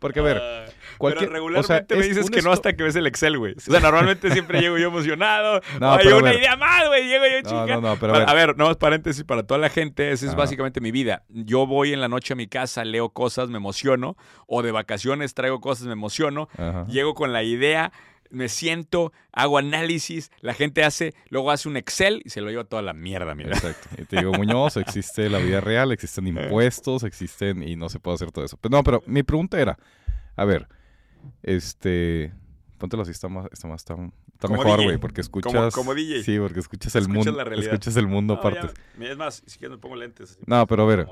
[SPEAKER 2] Porque, a ver,
[SPEAKER 1] [laughs] Ah,
[SPEAKER 2] cualquier...
[SPEAKER 1] pero
[SPEAKER 2] o sea,
[SPEAKER 1] regularmente me
[SPEAKER 2] es
[SPEAKER 1] dices
[SPEAKER 2] un
[SPEAKER 1] que no
[SPEAKER 2] esto-
[SPEAKER 1] hasta que ves el Excel,
[SPEAKER 2] [laughs]
[SPEAKER 1] güey. O sea, normalmente siempre llego yo emocionado.
[SPEAKER 2] No,
[SPEAKER 1] Hay
[SPEAKER 2] pero a
[SPEAKER 1] una
[SPEAKER 2] ver.
[SPEAKER 1] idea más, güey. Llego yo
[SPEAKER 2] No,
[SPEAKER 1] chingando.
[SPEAKER 2] no, no, pero a
[SPEAKER 1] Para-
[SPEAKER 2] ver.
[SPEAKER 1] a ver, no, paréntesis para toda la gente, esa es
[SPEAKER 2] Ajá.
[SPEAKER 1] básicamente mi vida. Yo voy en la noche a mi casa, leo cosas, me emociono, o de vacaciones traigo cosas, me emociono,
[SPEAKER 2] Ajá.
[SPEAKER 1] llego con la idea, me siento, hago análisis, la gente hace, luego hace un Excel y se lo lleva toda la mierda, mira.
[SPEAKER 2] Exacto. Y te digo, Muñoz, existe la vida real,
[SPEAKER 1] [laughs]
[SPEAKER 2] existen impuestos, existen y no se puede hacer todo eso. Pero no, pero mi pregunta era, a ver, este, póntelo así, está más, está más, está, está
[SPEAKER 1] Como
[SPEAKER 2] mejor,
[SPEAKER 1] DJ.
[SPEAKER 2] güey, porque escuchas.
[SPEAKER 1] como DJ.
[SPEAKER 2] Sí, porque escuchas el
[SPEAKER 1] Escuchas
[SPEAKER 2] mundo,
[SPEAKER 1] la realidad.
[SPEAKER 2] escuchas el mundo
[SPEAKER 1] No,
[SPEAKER 2] partes.
[SPEAKER 1] ya, mira, es más, si quieres me pongo lentes. así.
[SPEAKER 2] No, pero a ver,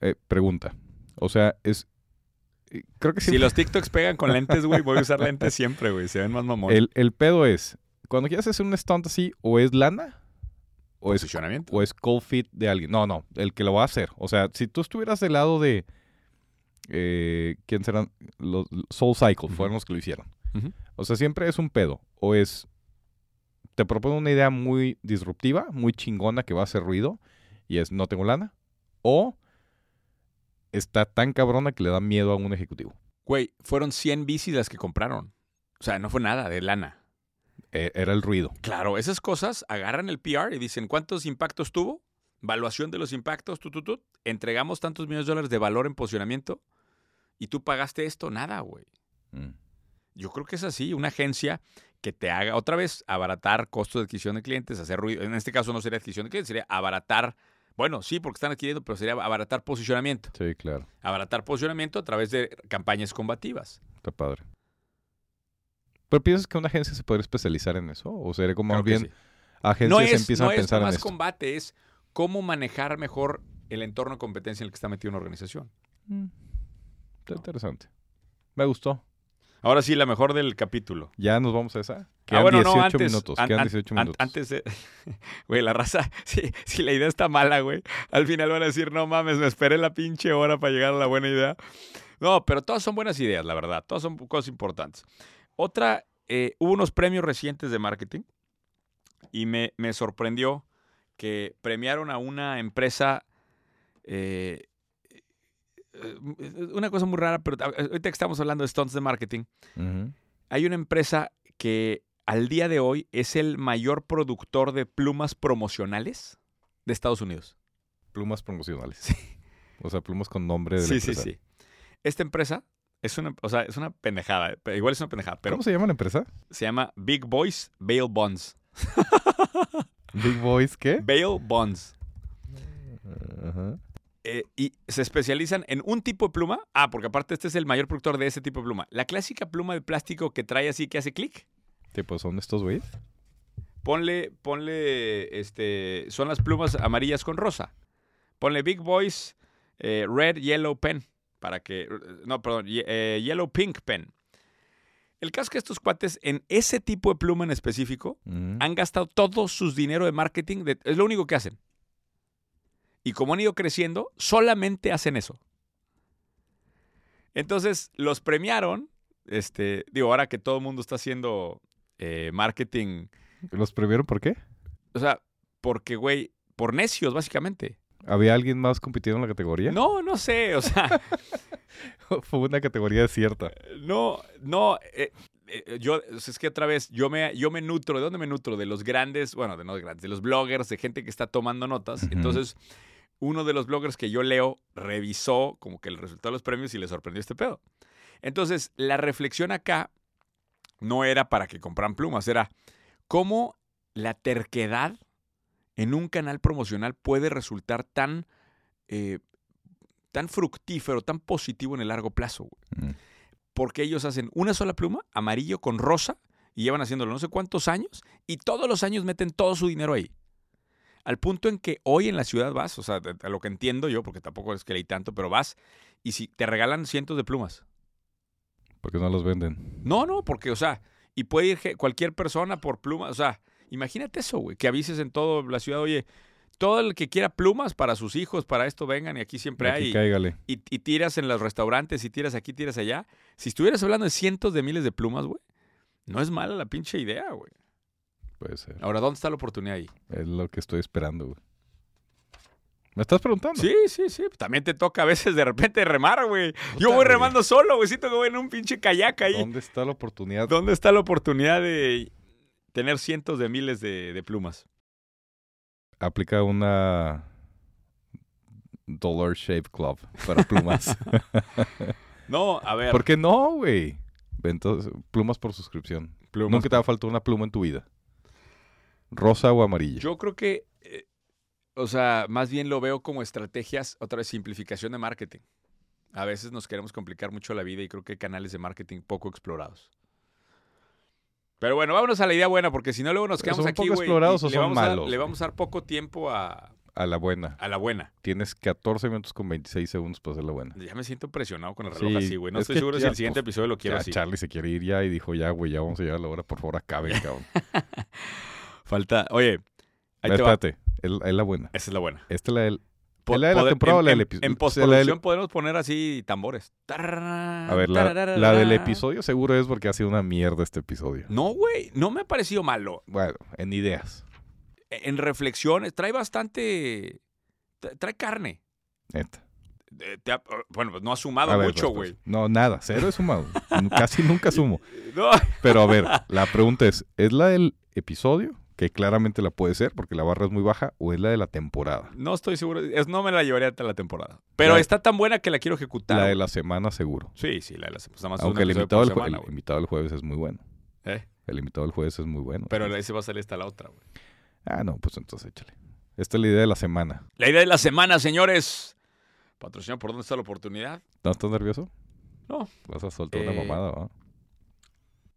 [SPEAKER 2] eh, pregunta. O sea, es, eh, creo que sí.
[SPEAKER 1] Si los TikToks pegan con lentes, güey, voy a usar lentes siempre, güey. Se ven más mamones.
[SPEAKER 2] el, el pedo es, cuando quieres hacer un stunt así, o es lana, o
[SPEAKER 1] Pues
[SPEAKER 2] es
[SPEAKER 1] posicionamiento.
[SPEAKER 2] o es cold fit de alguien. No, no, el que lo va a hacer. O sea, si tú estuvieras del lado de. eh, ¿Quién serán? Los Soul Cycle,
[SPEAKER 1] Ujú.
[SPEAKER 2] fueron los que lo hicieron.
[SPEAKER 1] Ujú.
[SPEAKER 2] O sea, siempre es un pedo. O es. Te propone una idea muy disruptiva, muy chingona que va a hacer ruido. Y es no tengo lana. O está tan cabrona que le da miedo a un ejecutivo.
[SPEAKER 1] Güey, fueron 100 bicis las que compraron. O sea, no fue nada de lana.
[SPEAKER 2] E- era el ruido.
[SPEAKER 1] Claro, esas cosas agarran el PR y dicen cuántos impactos tuvo, valuación de los impactos, tu, tu, tu, entregamos tantos millones de dólares de valor en posicionamiento y tú pagaste esto, nada, güey.
[SPEAKER 2] Mm.
[SPEAKER 1] Yo creo que es así, una agencia que te haga otra vez abaratar costos de adquisición de clientes, hacer ruido. En este caso no sería adquisición de clientes, sería abaratar, bueno, sí, porque están adquiriendo, pero sería abaratar posicionamiento.
[SPEAKER 2] Sí, claro.
[SPEAKER 1] Abaratar posicionamiento a través de campañas combativas.
[SPEAKER 2] Está padre. ¿Pero piensas que una agencia se podría especializar en eso? ¿O sería como
[SPEAKER 1] Claro
[SPEAKER 2] más
[SPEAKER 1] que
[SPEAKER 2] bien
[SPEAKER 1] sí.
[SPEAKER 2] agencias
[SPEAKER 1] no es,
[SPEAKER 2] empiezan
[SPEAKER 1] no
[SPEAKER 2] a
[SPEAKER 1] es
[SPEAKER 2] pensar en
[SPEAKER 1] nomás
[SPEAKER 2] esto.
[SPEAKER 1] combate, es cómo manejar mejor el entorno de competencia en el que está metida una organización.
[SPEAKER 2] Mm. Está interesante. Me gustó.
[SPEAKER 1] Ahora sí, la mejor del capítulo.
[SPEAKER 2] Ya nos vamos a esa.
[SPEAKER 1] ah,
[SPEAKER 2] Quedan
[SPEAKER 1] bueno,
[SPEAKER 2] 18
[SPEAKER 1] no, antes.
[SPEAKER 2] minutos.
[SPEAKER 1] an-
[SPEAKER 2] Quedan
[SPEAKER 1] an-
[SPEAKER 2] 18
[SPEAKER 1] an-
[SPEAKER 2] minutos.
[SPEAKER 1] antes de. [laughs] Güey, la raza. [laughs] Si, si la idea está mala, güey. Al final van a decir, no mames, me esperé la pinche hora para llegar a la buena idea. No, pero todas son buenas ideas, la verdad. Todas son cosas importantes. Otra, eh, hubo unos premios recientes de marketing y me, me sorprendió que premiaron a una empresa. eh, eh, una cosa muy rara, pero ah, ahorita que estamos hablando de stunts de marketing,
[SPEAKER 2] Ujú.
[SPEAKER 1] hay una empresa que al día de hoy es el mayor productor de plumas promocionales de Estados Unidos.
[SPEAKER 2] Plumas promocionales.
[SPEAKER 1] Sí.
[SPEAKER 2] [laughs] O sea, plumas con nombre de la
[SPEAKER 1] Sí, sí,
[SPEAKER 2] empresa.
[SPEAKER 1] sí. Esta empresa es una, o sea, es una pendejada, eh, pero igual es una pendejada, pero
[SPEAKER 2] ¿Cómo se llama la empresa?
[SPEAKER 1] se llama Big Boys Bail Bonds.
[SPEAKER 2] Big Boys, ¿qué?
[SPEAKER 1] Bail Bonds.
[SPEAKER 2] Ajá.
[SPEAKER 1] Eh, y se especializan en un tipo de pluma. Ah, porque aparte este es el mayor productor de ese tipo de pluma. La clásica pluma de plástico que trae así que hace clic.
[SPEAKER 2] Tipo, son estos güeyes.
[SPEAKER 1] Ponle, ponle, este, son las plumas amarillas con rosa. Ponle Big Boys eh, Red Yellow Pen para que, no, perdón, ye- eh, Yellow Pink Pen. El caso es que estos cuates en ese tipo de pluma en específico
[SPEAKER 2] Ujú.
[SPEAKER 1] han gastado todo su dinero de marketing, de- es lo único que hacen. Y como han ido creciendo, solamente hacen eso. Entonces, los premiaron, este, digo, ahora que todo el mundo está haciendo eh, marketing
[SPEAKER 2] ¿Los previeron por qué?
[SPEAKER 1] o sea, porque, güey, por necios, básicamente.
[SPEAKER 2] ¿Había alguien más compitiendo en la categoría?
[SPEAKER 1] No, no sé, o sea,
[SPEAKER 2] [laughs] Fue una categoría cierta.
[SPEAKER 1] no, no. eh, eh, yo, o sea, es que otra vez, yo me, yo me nutro, ¿de dónde me nutro? De los grandes, bueno, de no los grandes, de los bloggers, de gente que está tomando notas.
[SPEAKER 2] Ujú.
[SPEAKER 1] Entonces, uno de los bloggers que yo leo revisó como que el resultado de los premios y le sorprendió este pedo. Entonces, la reflexión acá no era para que compraran plumas, era cómo la terquedad en un canal promocional puede resultar tan, eh, tan fructífero, tan positivo en el largo plazo. güey.
[SPEAKER 2] Mm.
[SPEAKER 1] Porque ellos hacen una sola pluma, amarillo con rosa, y llevan haciéndolo no sé cuántos años, y todos los años meten todo su dinero ahí. Al punto en que hoy en la ciudad vas, o sea, a lo que entiendo yo, porque tampoco es que leí tanto, pero vas y si te regalan cientos de plumas.
[SPEAKER 2] Porque no los venden.
[SPEAKER 1] No, no, porque, o sea, y puede ir ge- cualquier persona por plumas. O sea, imagínate eso, güey, que avises en toda la ciudad, oye, todo el que quiera plumas para sus hijos, para esto, vengan y aquí siempre
[SPEAKER 2] Aquí
[SPEAKER 1] hay.
[SPEAKER 2] cáigale.
[SPEAKER 1] Y, y tiras en los restaurantes, y tiras aquí, tiras allá. Si estuvieras hablando de cientos de miles de plumas, güey, no es mala la pinche idea, güey.
[SPEAKER 2] Puede ser.
[SPEAKER 1] Ahora, ¿dónde está la oportunidad ahí?
[SPEAKER 2] Es lo que estoy esperando, güey. ¿Me estás preguntando?
[SPEAKER 1] Sí, sí, sí. También te toca a veces de repente remar, güey. Yo
[SPEAKER 2] Puta,
[SPEAKER 1] voy
[SPEAKER 2] güey.
[SPEAKER 1] remando solo, güey. Siento que voy en un pinche kayak ahí.
[SPEAKER 2] ¿Dónde está la oportunidad?
[SPEAKER 1] ¿Dónde está la oportunidad de tener cientos de miles de, de plumas?
[SPEAKER 2] Aplica una Dollar Shave Club
[SPEAKER 1] [laughs]
[SPEAKER 2] para plumas.
[SPEAKER 1] No, a ver.
[SPEAKER 2] ¿Por qué no, güey? Entonces, plumas por suscripción.
[SPEAKER 1] plumas.
[SPEAKER 2] Nunca te va a faltar una pluma en tu vida. Rosa o amarilla.
[SPEAKER 1] Yo creo que, eh, o sea, más bien lo veo como estrategias, otra vez, simplificación de marketing. A veces nos queremos complicar mucho la vida y creo que hay canales de marketing poco explorados. Pero bueno, vámonos a la idea buena, porque si no luego nos
[SPEAKER 2] Pero
[SPEAKER 1] quedamos
[SPEAKER 2] ¿son
[SPEAKER 1] aquí,
[SPEAKER 2] poco
[SPEAKER 1] güey,
[SPEAKER 2] explorados
[SPEAKER 1] y
[SPEAKER 2] o
[SPEAKER 1] le
[SPEAKER 2] son
[SPEAKER 1] vamos a dar-
[SPEAKER 2] malos,
[SPEAKER 1] le
[SPEAKER 2] güey?
[SPEAKER 1] vamos a dar poco tiempo a,
[SPEAKER 2] A la buena.
[SPEAKER 1] a la buena.
[SPEAKER 2] Tienes 14 minutos con 26 segundos para hacer la buena.
[SPEAKER 1] Ya me siento presionado con el
[SPEAKER 2] Sí,
[SPEAKER 1] reloj así, güey. No
[SPEAKER 2] es
[SPEAKER 1] estoy
[SPEAKER 2] que
[SPEAKER 1] seguro si
[SPEAKER 2] ya,
[SPEAKER 1] el siguiente
[SPEAKER 2] pues,
[SPEAKER 1] episodio lo quiero
[SPEAKER 2] Ya
[SPEAKER 1] así.
[SPEAKER 2] Charlie se quiere ir ya y dijo, ya, güey, ya vamos a llegar a la hora. Por
[SPEAKER 1] [laughs]
[SPEAKER 2] favor, acabe, cabrón.
[SPEAKER 1] Falta, oye, ahí te va.
[SPEAKER 2] Espérate. Es es la buena.
[SPEAKER 1] Esa es la buena.
[SPEAKER 2] Esta es la del...
[SPEAKER 1] Po-
[SPEAKER 2] ¿Es la de la
[SPEAKER 1] poder-
[SPEAKER 2] temporada o
[SPEAKER 1] en,
[SPEAKER 2] la del
[SPEAKER 1] en-
[SPEAKER 2] episodio?
[SPEAKER 1] En
[SPEAKER 2] La
[SPEAKER 1] postproducción
[SPEAKER 2] del-
[SPEAKER 1] podemos poner así tambores.
[SPEAKER 2] A ver, la,
[SPEAKER 1] Ah,
[SPEAKER 2] la del episodio seguro es porque ha sido una mierda este episodio.
[SPEAKER 1] No, güey, no me ha parecido malo. E,
[SPEAKER 2] Bueno, en ideas.
[SPEAKER 1] En reflexiones, trae bastante. tra- Trae carne.
[SPEAKER 2] Neta.
[SPEAKER 1] Eh, te ha- bueno, pues no ha
[SPEAKER 2] A
[SPEAKER 1] sumado
[SPEAKER 2] ver,
[SPEAKER 1] mucho,
[SPEAKER 2] pues, pues,
[SPEAKER 1] güey.
[SPEAKER 2] No, nada. Cero he sumado. Casi nunca sumo.
[SPEAKER 1] No,
[SPEAKER 2] Pero a ver, la pregunta es, ¿es la del episodio? Que claramente la puede ser porque la barra es muy baja o es la de la temporada.
[SPEAKER 1] no estoy seguro. Es, no me la llevaría hasta la temporada. Pero
[SPEAKER 2] La-
[SPEAKER 1] está tan buena que la quiero ejecutar.
[SPEAKER 2] La de
[SPEAKER 1] güey.
[SPEAKER 2] la semana seguro.
[SPEAKER 1] Sí, sí, la de la pues, nada más es un
[SPEAKER 2] Aunque el
[SPEAKER 1] episodio
[SPEAKER 2] invitado
[SPEAKER 1] por
[SPEAKER 2] del, jue-
[SPEAKER 1] semana,
[SPEAKER 2] el
[SPEAKER 1] güey.
[SPEAKER 2] invitado del jueves es muy bueno.
[SPEAKER 1] ¿Eh?
[SPEAKER 2] El invitado del jueves es muy bueno.
[SPEAKER 1] Pero ese va a salir hasta la otra, güey.
[SPEAKER 2] Ah, no, pues entonces échale. Esta es la idea de la semana.
[SPEAKER 1] La idea de la semana, señores. Patrocinado, ¿por dónde está la oportunidad?
[SPEAKER 2] ¿No estás nervioso?
[SPEAKER 1] No.
[SPEAKER 2] Vas a soltar
[SPEAKER 1] Eh,
[SPEAKER 2] una mamada, ¿no?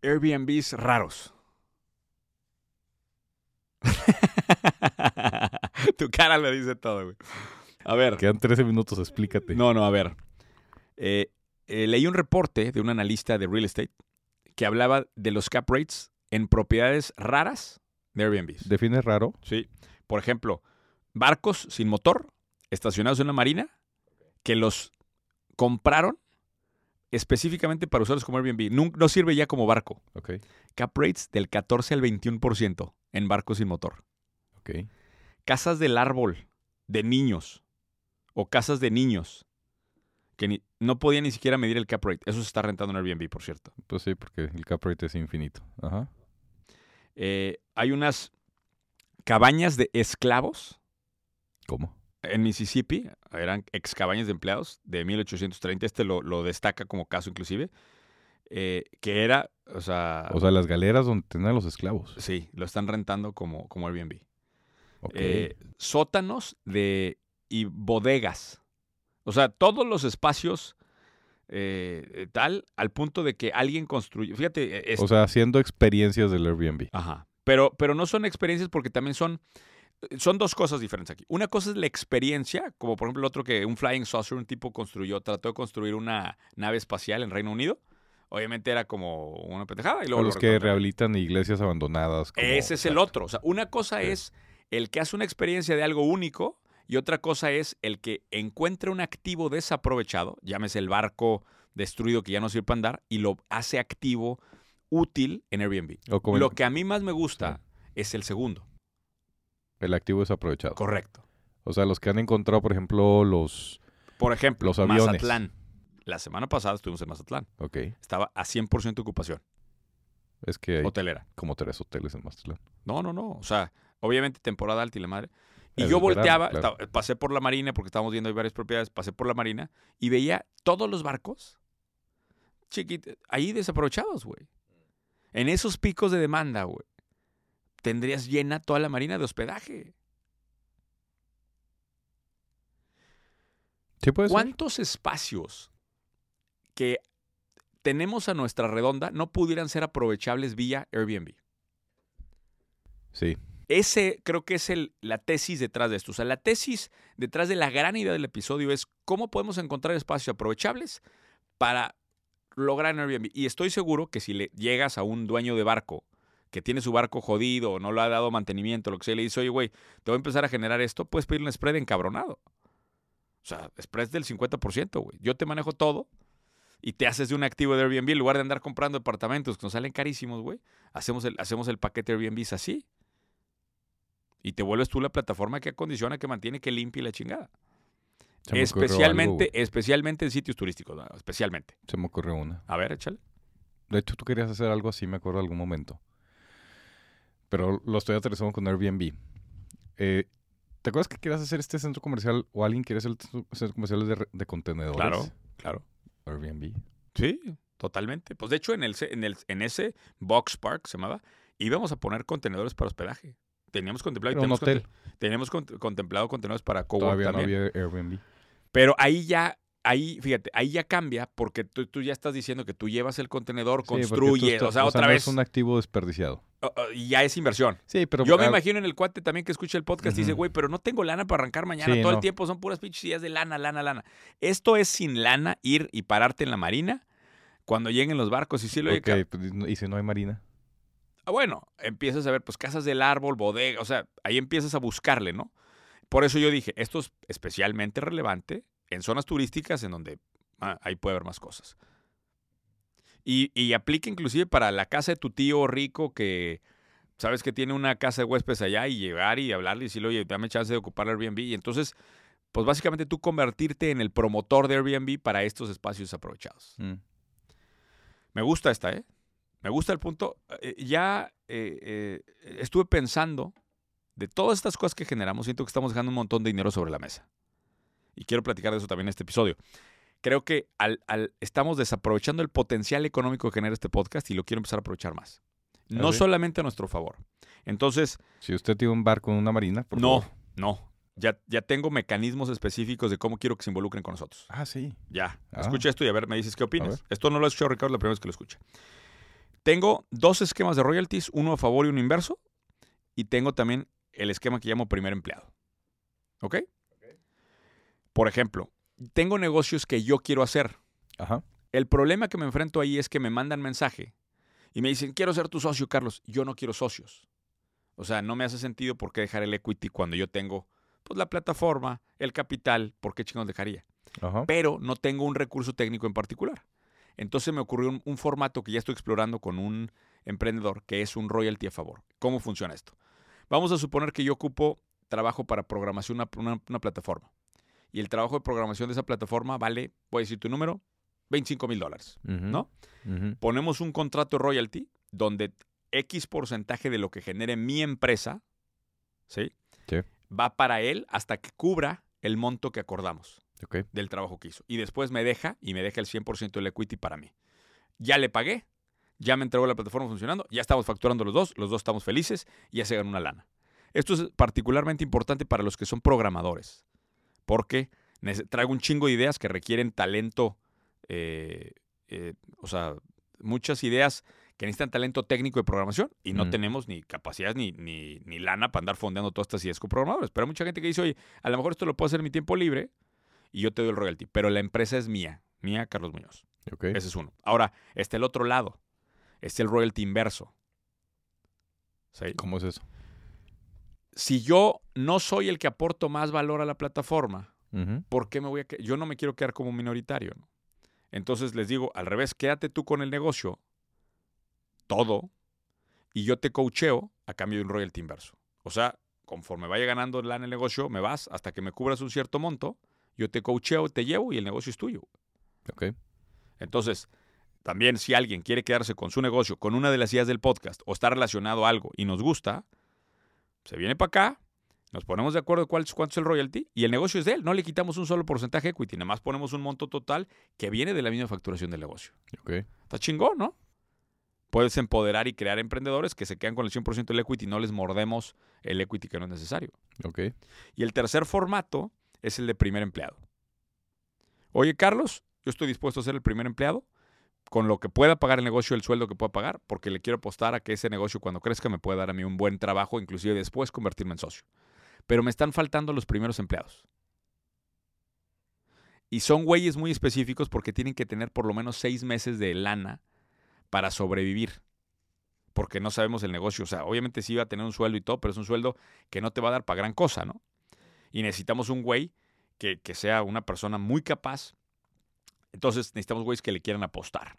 [SPEAKER 1] Airbnbs raros. [laughs] tu cara lo dice todo, güey. A ver.
[SPEAKER 2] Quedan 13 minutos, explícate.
[SPEAKER 1] No, no, a ver. Eh, eh, leí un reporte de un analista de real estate que hablaba de los cap rates en propiedades raras de Airbnb.
[SPEAKER 2] Define raro.
[SPEAKER 1] Sí. Por ejemplo, barcos sin motor, estacionados en una marina, que los compraron específicamente para usarlos como Airbnb. Nun- No, sirve ya como barco.
[SPEAKER 2] Ok,
[SPEAKER 1] Cap rates del 14 al 21% en barcos sin motor.
[SPEAKER 2] ok.
[SPEAKER 1] Casas del árbol de niños o casas de niños que ni- no podía ni siquiera medir el cap rate. Eso se está rentando en Airbnb, por cierto.
[SPEAKER 2] Pues sí, porque el cap rate es infinito. Ajá.
[SPEAKER 1] Eh, hay unas cabañas de esclavos
[SPEAKER 2] ¿Cómo?
[SPEAKER 1] en Mississippi, eran ex cabañas de empleados de 1830, este lo, lo destaca como caso inclusive, eh, que era, o sea,
[SPEAKER 2] O sea, las galeras donde tenían los esclavos.
[SPEAKER 1] sí, lo están rentando como, como Airbnb.
[SPEAKER 2] Ok.
[SPEAKER 1] Eh, sótanos de, y bodegas. O sea, todos los espacios eh, eh, tal, al punto de que alguien construyó, fíjate, eh, es-
[SPEAKER 2] o sea, haciendo experiencias del Airbnb.
[SPEAKER 1] Ajá. Pero, pero no son experiencias porque también son. Son dos cosas diferentes aquí. Una cosa es la experiencia, como por ejemplo el otro que un flying saucer, un tipo construyó, trató de construir una nave espacial en Reino Unido. Obviamente era como una pendejada. Y luego
[SPEAKER 2] O
[SPEAKER 1] lo
[SPEAKER 2] los que
[SPEAKER 1] recortaron.
[SPEAKER 2] rehabilitan iglesias abandonadas. como-
[SPEAKER 1] Ese es el
[SPEAKER 2] Exacto.
[SPEAKER 1] otro. O sea, una cosa
[SPEAKER 2] Sí.
[SPEAKER 1] es el que hace una experiencia de algo único y otra cosa es el que encuentra un activo desaprovechado, llámese el barco destruido que ya no sirve para andar, y lo hace activo, útil en Airbnb.
[SPEAKER 2] O como
[SPEAKER 1] Lo
[SPEAKER 2] el,
[SPEAKER 1] que a mí más me gusta es el segundo.
[SPEAKER 2] el activo desaprovechado.
[SPEAKER 1] Correcto.
[SPEAKER 2] O sea, los que han encontrado, por ejemplo, los...
[SPEAKER 1] Por ejemplo,
[SPEAKER 2] Los aviones.
[SPEAKER 1] Mazatlán. La semana pasada estuvimos en Mazatlán.
[SPEAKER 2] Ok.
[SPEAKER 1] Estaba a 100% ocupación
[SPEAKER 2] Es que hay
[SPEAKER 1] hotelera.
[SPEAKER 2] como tres hoteles en Mazatlán.
[SPEAKER 1] No, no, no. O sea, obviamente temporada alta y la madre. Y
[SPEAKER 2] Es
[SPEAKER 1] yo
[SPEAKER 2] verano,
[SPEAKER 1] volteaba,
[SPEAKER 2] claro.
[SPEAKER 1] estaba- pasé por la marina, porque estábamos viendo ahí varias propiedades, pasé por la marina y veía todos los barcos chiquitos, ahí desaprovechados, güey. En esos picos de demanda, güey, tendrías llena toda la marina de hospedaje.
[SPEAKER 2] Sí, puede ser.
[SPEAKER 1] ¿Cuántos espacios que tenemos a nuestra redonda no pudieran ser aprovechables vía Airbnb?
[SPEAKER 2] Sí.
[SPEAKER 1] Ese creo que es el- la tesis detrás de esto. O sea, la tesis detrás de la gran idea del episodio es cómo podemos encontrar espacios aprovechables para lograr en Airbnb. Y estoy seguro que si le llegas a un dueño de barco que tiene su barco jodido o no lo ha dado mantenimiento, lo que sea, y le dice, oye, güey, te voy a empezar a generar esto, puedes pedirle un spread encabronado. O sea, spread del 50%, güey. Yo te manejo todo y te haces de un activo de Airbnb en lugar de andar comprando departamentos que nos salen carísimos, güey. Hacemos el, hacemos el paquete Airbnb así. Y te vuelves tú la plataforma que acondiciona, que mantiene, que limpia y la chingada.
[SPEAKER 2] Se me ocurrió algo,
[SPEAKER 1] Especialmente,
[SPEAKER 2] güey.
[SPEAKER 1] especialmente en sitios turísticos, ¿no? especialmente.
[SPEAKER 2] se me ocurrió una.
[SPEAKER 1] A ver, échale.
[SPEAKER 2] De hecho, tú querías hacer algo así, me acuerdo, algún momento. Pero lo estoy aterrizando con Airbnb. Eh, ¿Te acuerdas que querías hacer este centro comercial o alguien quiere hacer el centro- centro comercial de, re- de contenedores?
[SPEAKER 1] Claro, claro.
[SPEAKER 2] Airbnb.
[SPEAKER 1] Sí, totalmente. Pues de hecho, en, el, ce- en, el, en ese Box Park se llamaba, íbamos a poner contenedores para hospedaje. Teníamos contemplado y
[SPEAKER 2] Era un
[SPEAKER 1] teníamos
[SPEAKER 2] hotel.
[SPEAKER 1] conte- teníamos cont- contemplado contenedores para cowork
[SPEAKER 2] Todavía
[SPEAKER 1] también.
[SPEAKER 2] no había Airbnb.
[SPEAKER 1] Pero ahí ya, ahí, fíjate, ahí ya cambia porque tú, tú ya estás diciendo que tú llevas el contenedor,
[SPEAKER 2] Sí, porque tú
[SPEAKER 1] construyes,
[SPEAKER 2] estás-
[SPEAKER 1] o sea, otra
[SPEAKER 2] no
[SPEAKER 1] vez,
[SPEAKER 2] es un activo desperdiciado.
[SPEAKER 1] oh, oh, y ya es inversión.
[SPEAKER 2] Sí, pero
[SPEAKER 1] Yo me
[SPEAKER 2] ah,
[SPEAKER 1] imagino en el cuate también que escucha el podcast y dice,
[SPEAKER 2] Ujú.
[SPEAKER 1] güey, pero no tengo lana para arrancar mañana.
[SPEAKER 2] Sí,
[SPEAKER 1] Todo el
[SPEAKER 2] no.
[SPEAKER 1] tiempo son puras pinches ideas de lana, lana, lana. Esto es sin lana ir y pararte en la marina cuando lleguen los barcos y sí lo
[SPEAKER 2] ok, pues, y no- y si no hay marina.
[SPEAKER 1] Ah, Bueno, empiezas a ver, pues casas del árbol, bodega, o sea, ahí empiezas a buscarle, ¿no? Por eso yo dije, esto es especialmente relevante en zonas turísticas en donde ah, ahí puede haber más cosas. Y, y aplica inclusive para la casa de tu tío rico que sabes que tiene una casa de huéspedes allá y llegar y hablarle y decirle, oye, dame chance de ocupar el Airbnb. Y entonces, pues básicamente tú convertirte en el promotor de Airbnb para estos espacios aprovechados.
[SPEAKER 2] Mm.
[SPEAKER 1] Me gusta esta, ¿eh? Me gusta el punto. Eh, ya eh, eh, estuve pensando de todas estas cosas que generamos, siento que estamos dejando un montón de dinero sobre la mesa. Y quiero platicar de eso también en este episodio. Creo que al, al- estamos desaprovechando el potencial económico que genera este podcast y lo quiero empezar a aprovechar más. No
[SPEAKER 2] sí?
[SPEAKER 1] solamente a nuestro favor. Entonces,
[SPEAKER 2] Si usted tiene un barco en una marina, por
[SPEAKER 1] no,
[SPEAKER 2] favor.
[SPEAKER 1] no. Ya, ya tengo mecanismos específicos de cómo quiero que se involucren con nosotros.
[SPEAKER 2] Ah, sí.
[SPEAKER 1] Ya,
[SPEAKER 2] Ah.
[SPEAKER 1] escucha esto y a ver, me dices qué
[SPEAKER 2] A
[SPEAKER 1] opinas.
[SPEAKER 2] ver.
[SPEAKER 1] Esto no lo ha escuchado Ricardo la primera vez que lo escucha. Tengo dos esquemas de royalties, uno a favor y uno inverso, y tengo también el esquema que llamo primer empleado. ¿Ok? Por ejemplo, tengo negocios que yo quiero hacer.
[SPEAKER 2] Ajá.
[SPEAKER 1] El problema que me enfrento ahí es que me mandan mensaje Y me dicen, quiero ser tu socio, Carlos. Yo no quiero socios. O sea, no me hace sentido por qué dejar el equity cuando yo tengo pues, la plataforma, el capital, ¿por qué chingados dejaría?
[SPEAKER 2] Ajá.
[SPEAKER 1] Pero no tengo un recurso técnico en particular. Entonces me ocurrió un, un formato que ya estoy explorando con un emprendedor, que es un royalty a favor. ¿Cómo funciona esto? Vamos a suponer que yo ocupo trabajo para programación una, una- una plataforma. Y el trabajo de programación de esa plataforma vale, voy a decir tu número, 25 mil dólares.
[SPEAKER 2] Ujú.
[SPEAKER 1] ¿no?
[SPEAKER 2] Ujú.
[SPEAKER 1] Ponemos un contrato de royalty donde X porcentaje de lo que genere mi empresa, ¿sí?
[SPEAKER 2] Sí.
[SPEAKER 1] Va para él hasta que cubra el monto que acordamos
[SPEAKER 2] Ok.
[SPEAKER 1] del trabajo que hizo. Y después me deja y me deja el 100% del equity para mí. Ya le pagué, ya me entregó la plataforma funcionando, ya estamos facturando los dos, los dos estamos felices y ya se ganó una lana. Esto es particularmente importante para los que son programadores, porque nece- traigo un chingo de ideas que requieren talento, eh, eh, o sea, muchas ideas que necesitan talento técnico de programación y no
[SPEAKER 2] Mm.
[SPEAKER 1] tenemos ni capacidad ni, ni, ni lana para andar fondeando todas estas ideas con programadores. Pero hay mucha gente que dice, oye, a lo mejor esto lo puedo hacer en mi tiempo libre, y yo te doy el royalty. Pero la empresa es mía, mía Carlos Muñoz.
[SPEAKER 2] Ok.
[SPEAKER 1] Ese es uno. Ahora, está el otro lado. Está el royalty inverso. ¿Sí?
[SPEAKER 2] ¿Cómo es eso?
[SPEAKER 1] Si yo no soy el que aporto más valor a la plataforma,
[SPEAKER 2] Ujú.
[SPEAKER 1] ¿por qué me voy a que- Yo no me quiero quedar como minoritario. ¿no? Entonces les digo, al revés, quédate tú con el negocio, todo, y yo te coacheo a cambio de un royalty inverso. O sea, conforme vaya ganando lana el negocio, me vas hasta que me cubras un cierto monto, yo te coacheo, te llevo y el negocio es tuyo.
[SPEAKER 2] Ok.
[SPEAKER 1] Entonces, también si alguien quiere quedarse con su negocio, con una de las ideas del podcast o está relacionado a algo y nos gusta, se viene para acá, nos ponemos de acuerdo cuál, es- cuánto es el royalty y el negocio es de él. No le quitamos un solo porcentaje equity, nada más ponemos un monto total que viene de la misma facturación del negocio.
[SPEAKER 2] Ok.
[SPEAKER 1] Está chingón, ¿no? Puedes empoderar y crear emprendedores que se quedan con el 100% del equity y no les mordemos el equity que no es necesario.
[SPEAKER 2] Ok.
[SPEAKER 1] Y el tercer formato es el de primer empleado. Oye, Carlos, yo estoy dispuesto a ser el primer empleado con lo que pueda pagar el negocio, el sueldo que pueda pagar, porque le quiero apostar a que ese negocio cuando crezca me pueda dar a mí un buen trabajo, inclusive después convertirme en socio. Pero me están faltando los primeros empleados. Y son güeyes muy específicos porque tienen que tener por lo menos seis meses de lana para sobrevivir. Porque no sabemos el negocio. O sea, obviamente sí va a tener un sueldo y todo, pero es un sueldo que no te va a dar para gran cosa, ¿no? Y necesitamos un güey que, que sea una persona muy capaz. Entonces necesitamos güeyes que le quieran apostar.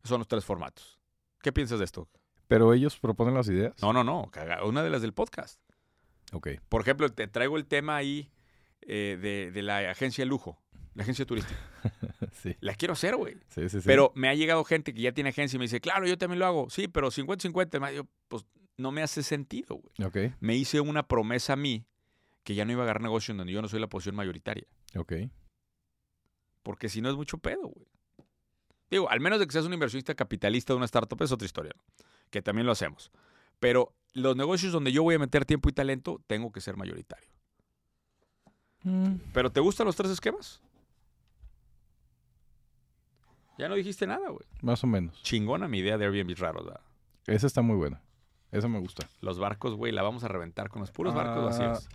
[SPEAKER 1] Esos son los tres formatos. ¿Qué piensas de esto?
[SPEAKER 2] Pero ellos proponen las ideas.
[SPEAKER 1] No, no, no. caga- Una de las del podcast.
[SPEAKER 2] Ok. [laughs]
[SPEAKER 1] Por ejemplo, te traigo el tema ahí eh, de, de la agencia de lujo, la agencia turística.
[SPEAKER 2] sí.
[SPEAKER 1] La quiero hacer, güey.
[SPEAKER 2] Sí, sí, sí.
[SPEAKER 1] Pero me ha llegado gente que ya tiene agencia y me dice, claro, yo también lo hago. Sí, pero 50-50. Me digo, Pues no me hace sentido, güey.
[SPEAKER 2] Ok.
[SPEAKER 1] Me hice una promesa a mí que ya no iba a agarrar negocio en donde yo no soy la posición mayoritaria.
[SPEAKER 2] Ok.
[SPEAKER 1] Porque si no es mucho pedo, güey. Digo, al menos de que seas un inversionista capitalista de una startup es otra historia, ¿no? que también lo hacemos. Pero los negocios donde yo voy a meter tiempo y talento, tengo que ser mayoritario. ¿Pero te gustan los tres esquemas? Ya no dijiste nada, güey.
[SPEAKER 2] Más o menos.
[SPEAKER 1] Chingona mi idea de Airbnb raros, ¿verdad?
[SPEAKER 2] Esa está muy buena. Esa me gusta.
[SPEAKER 1] Los barcos, güey, la vamos a reventar con los puros barcos
[SPEAKER 2] Ah,
[SPEAKER 1] vacíos.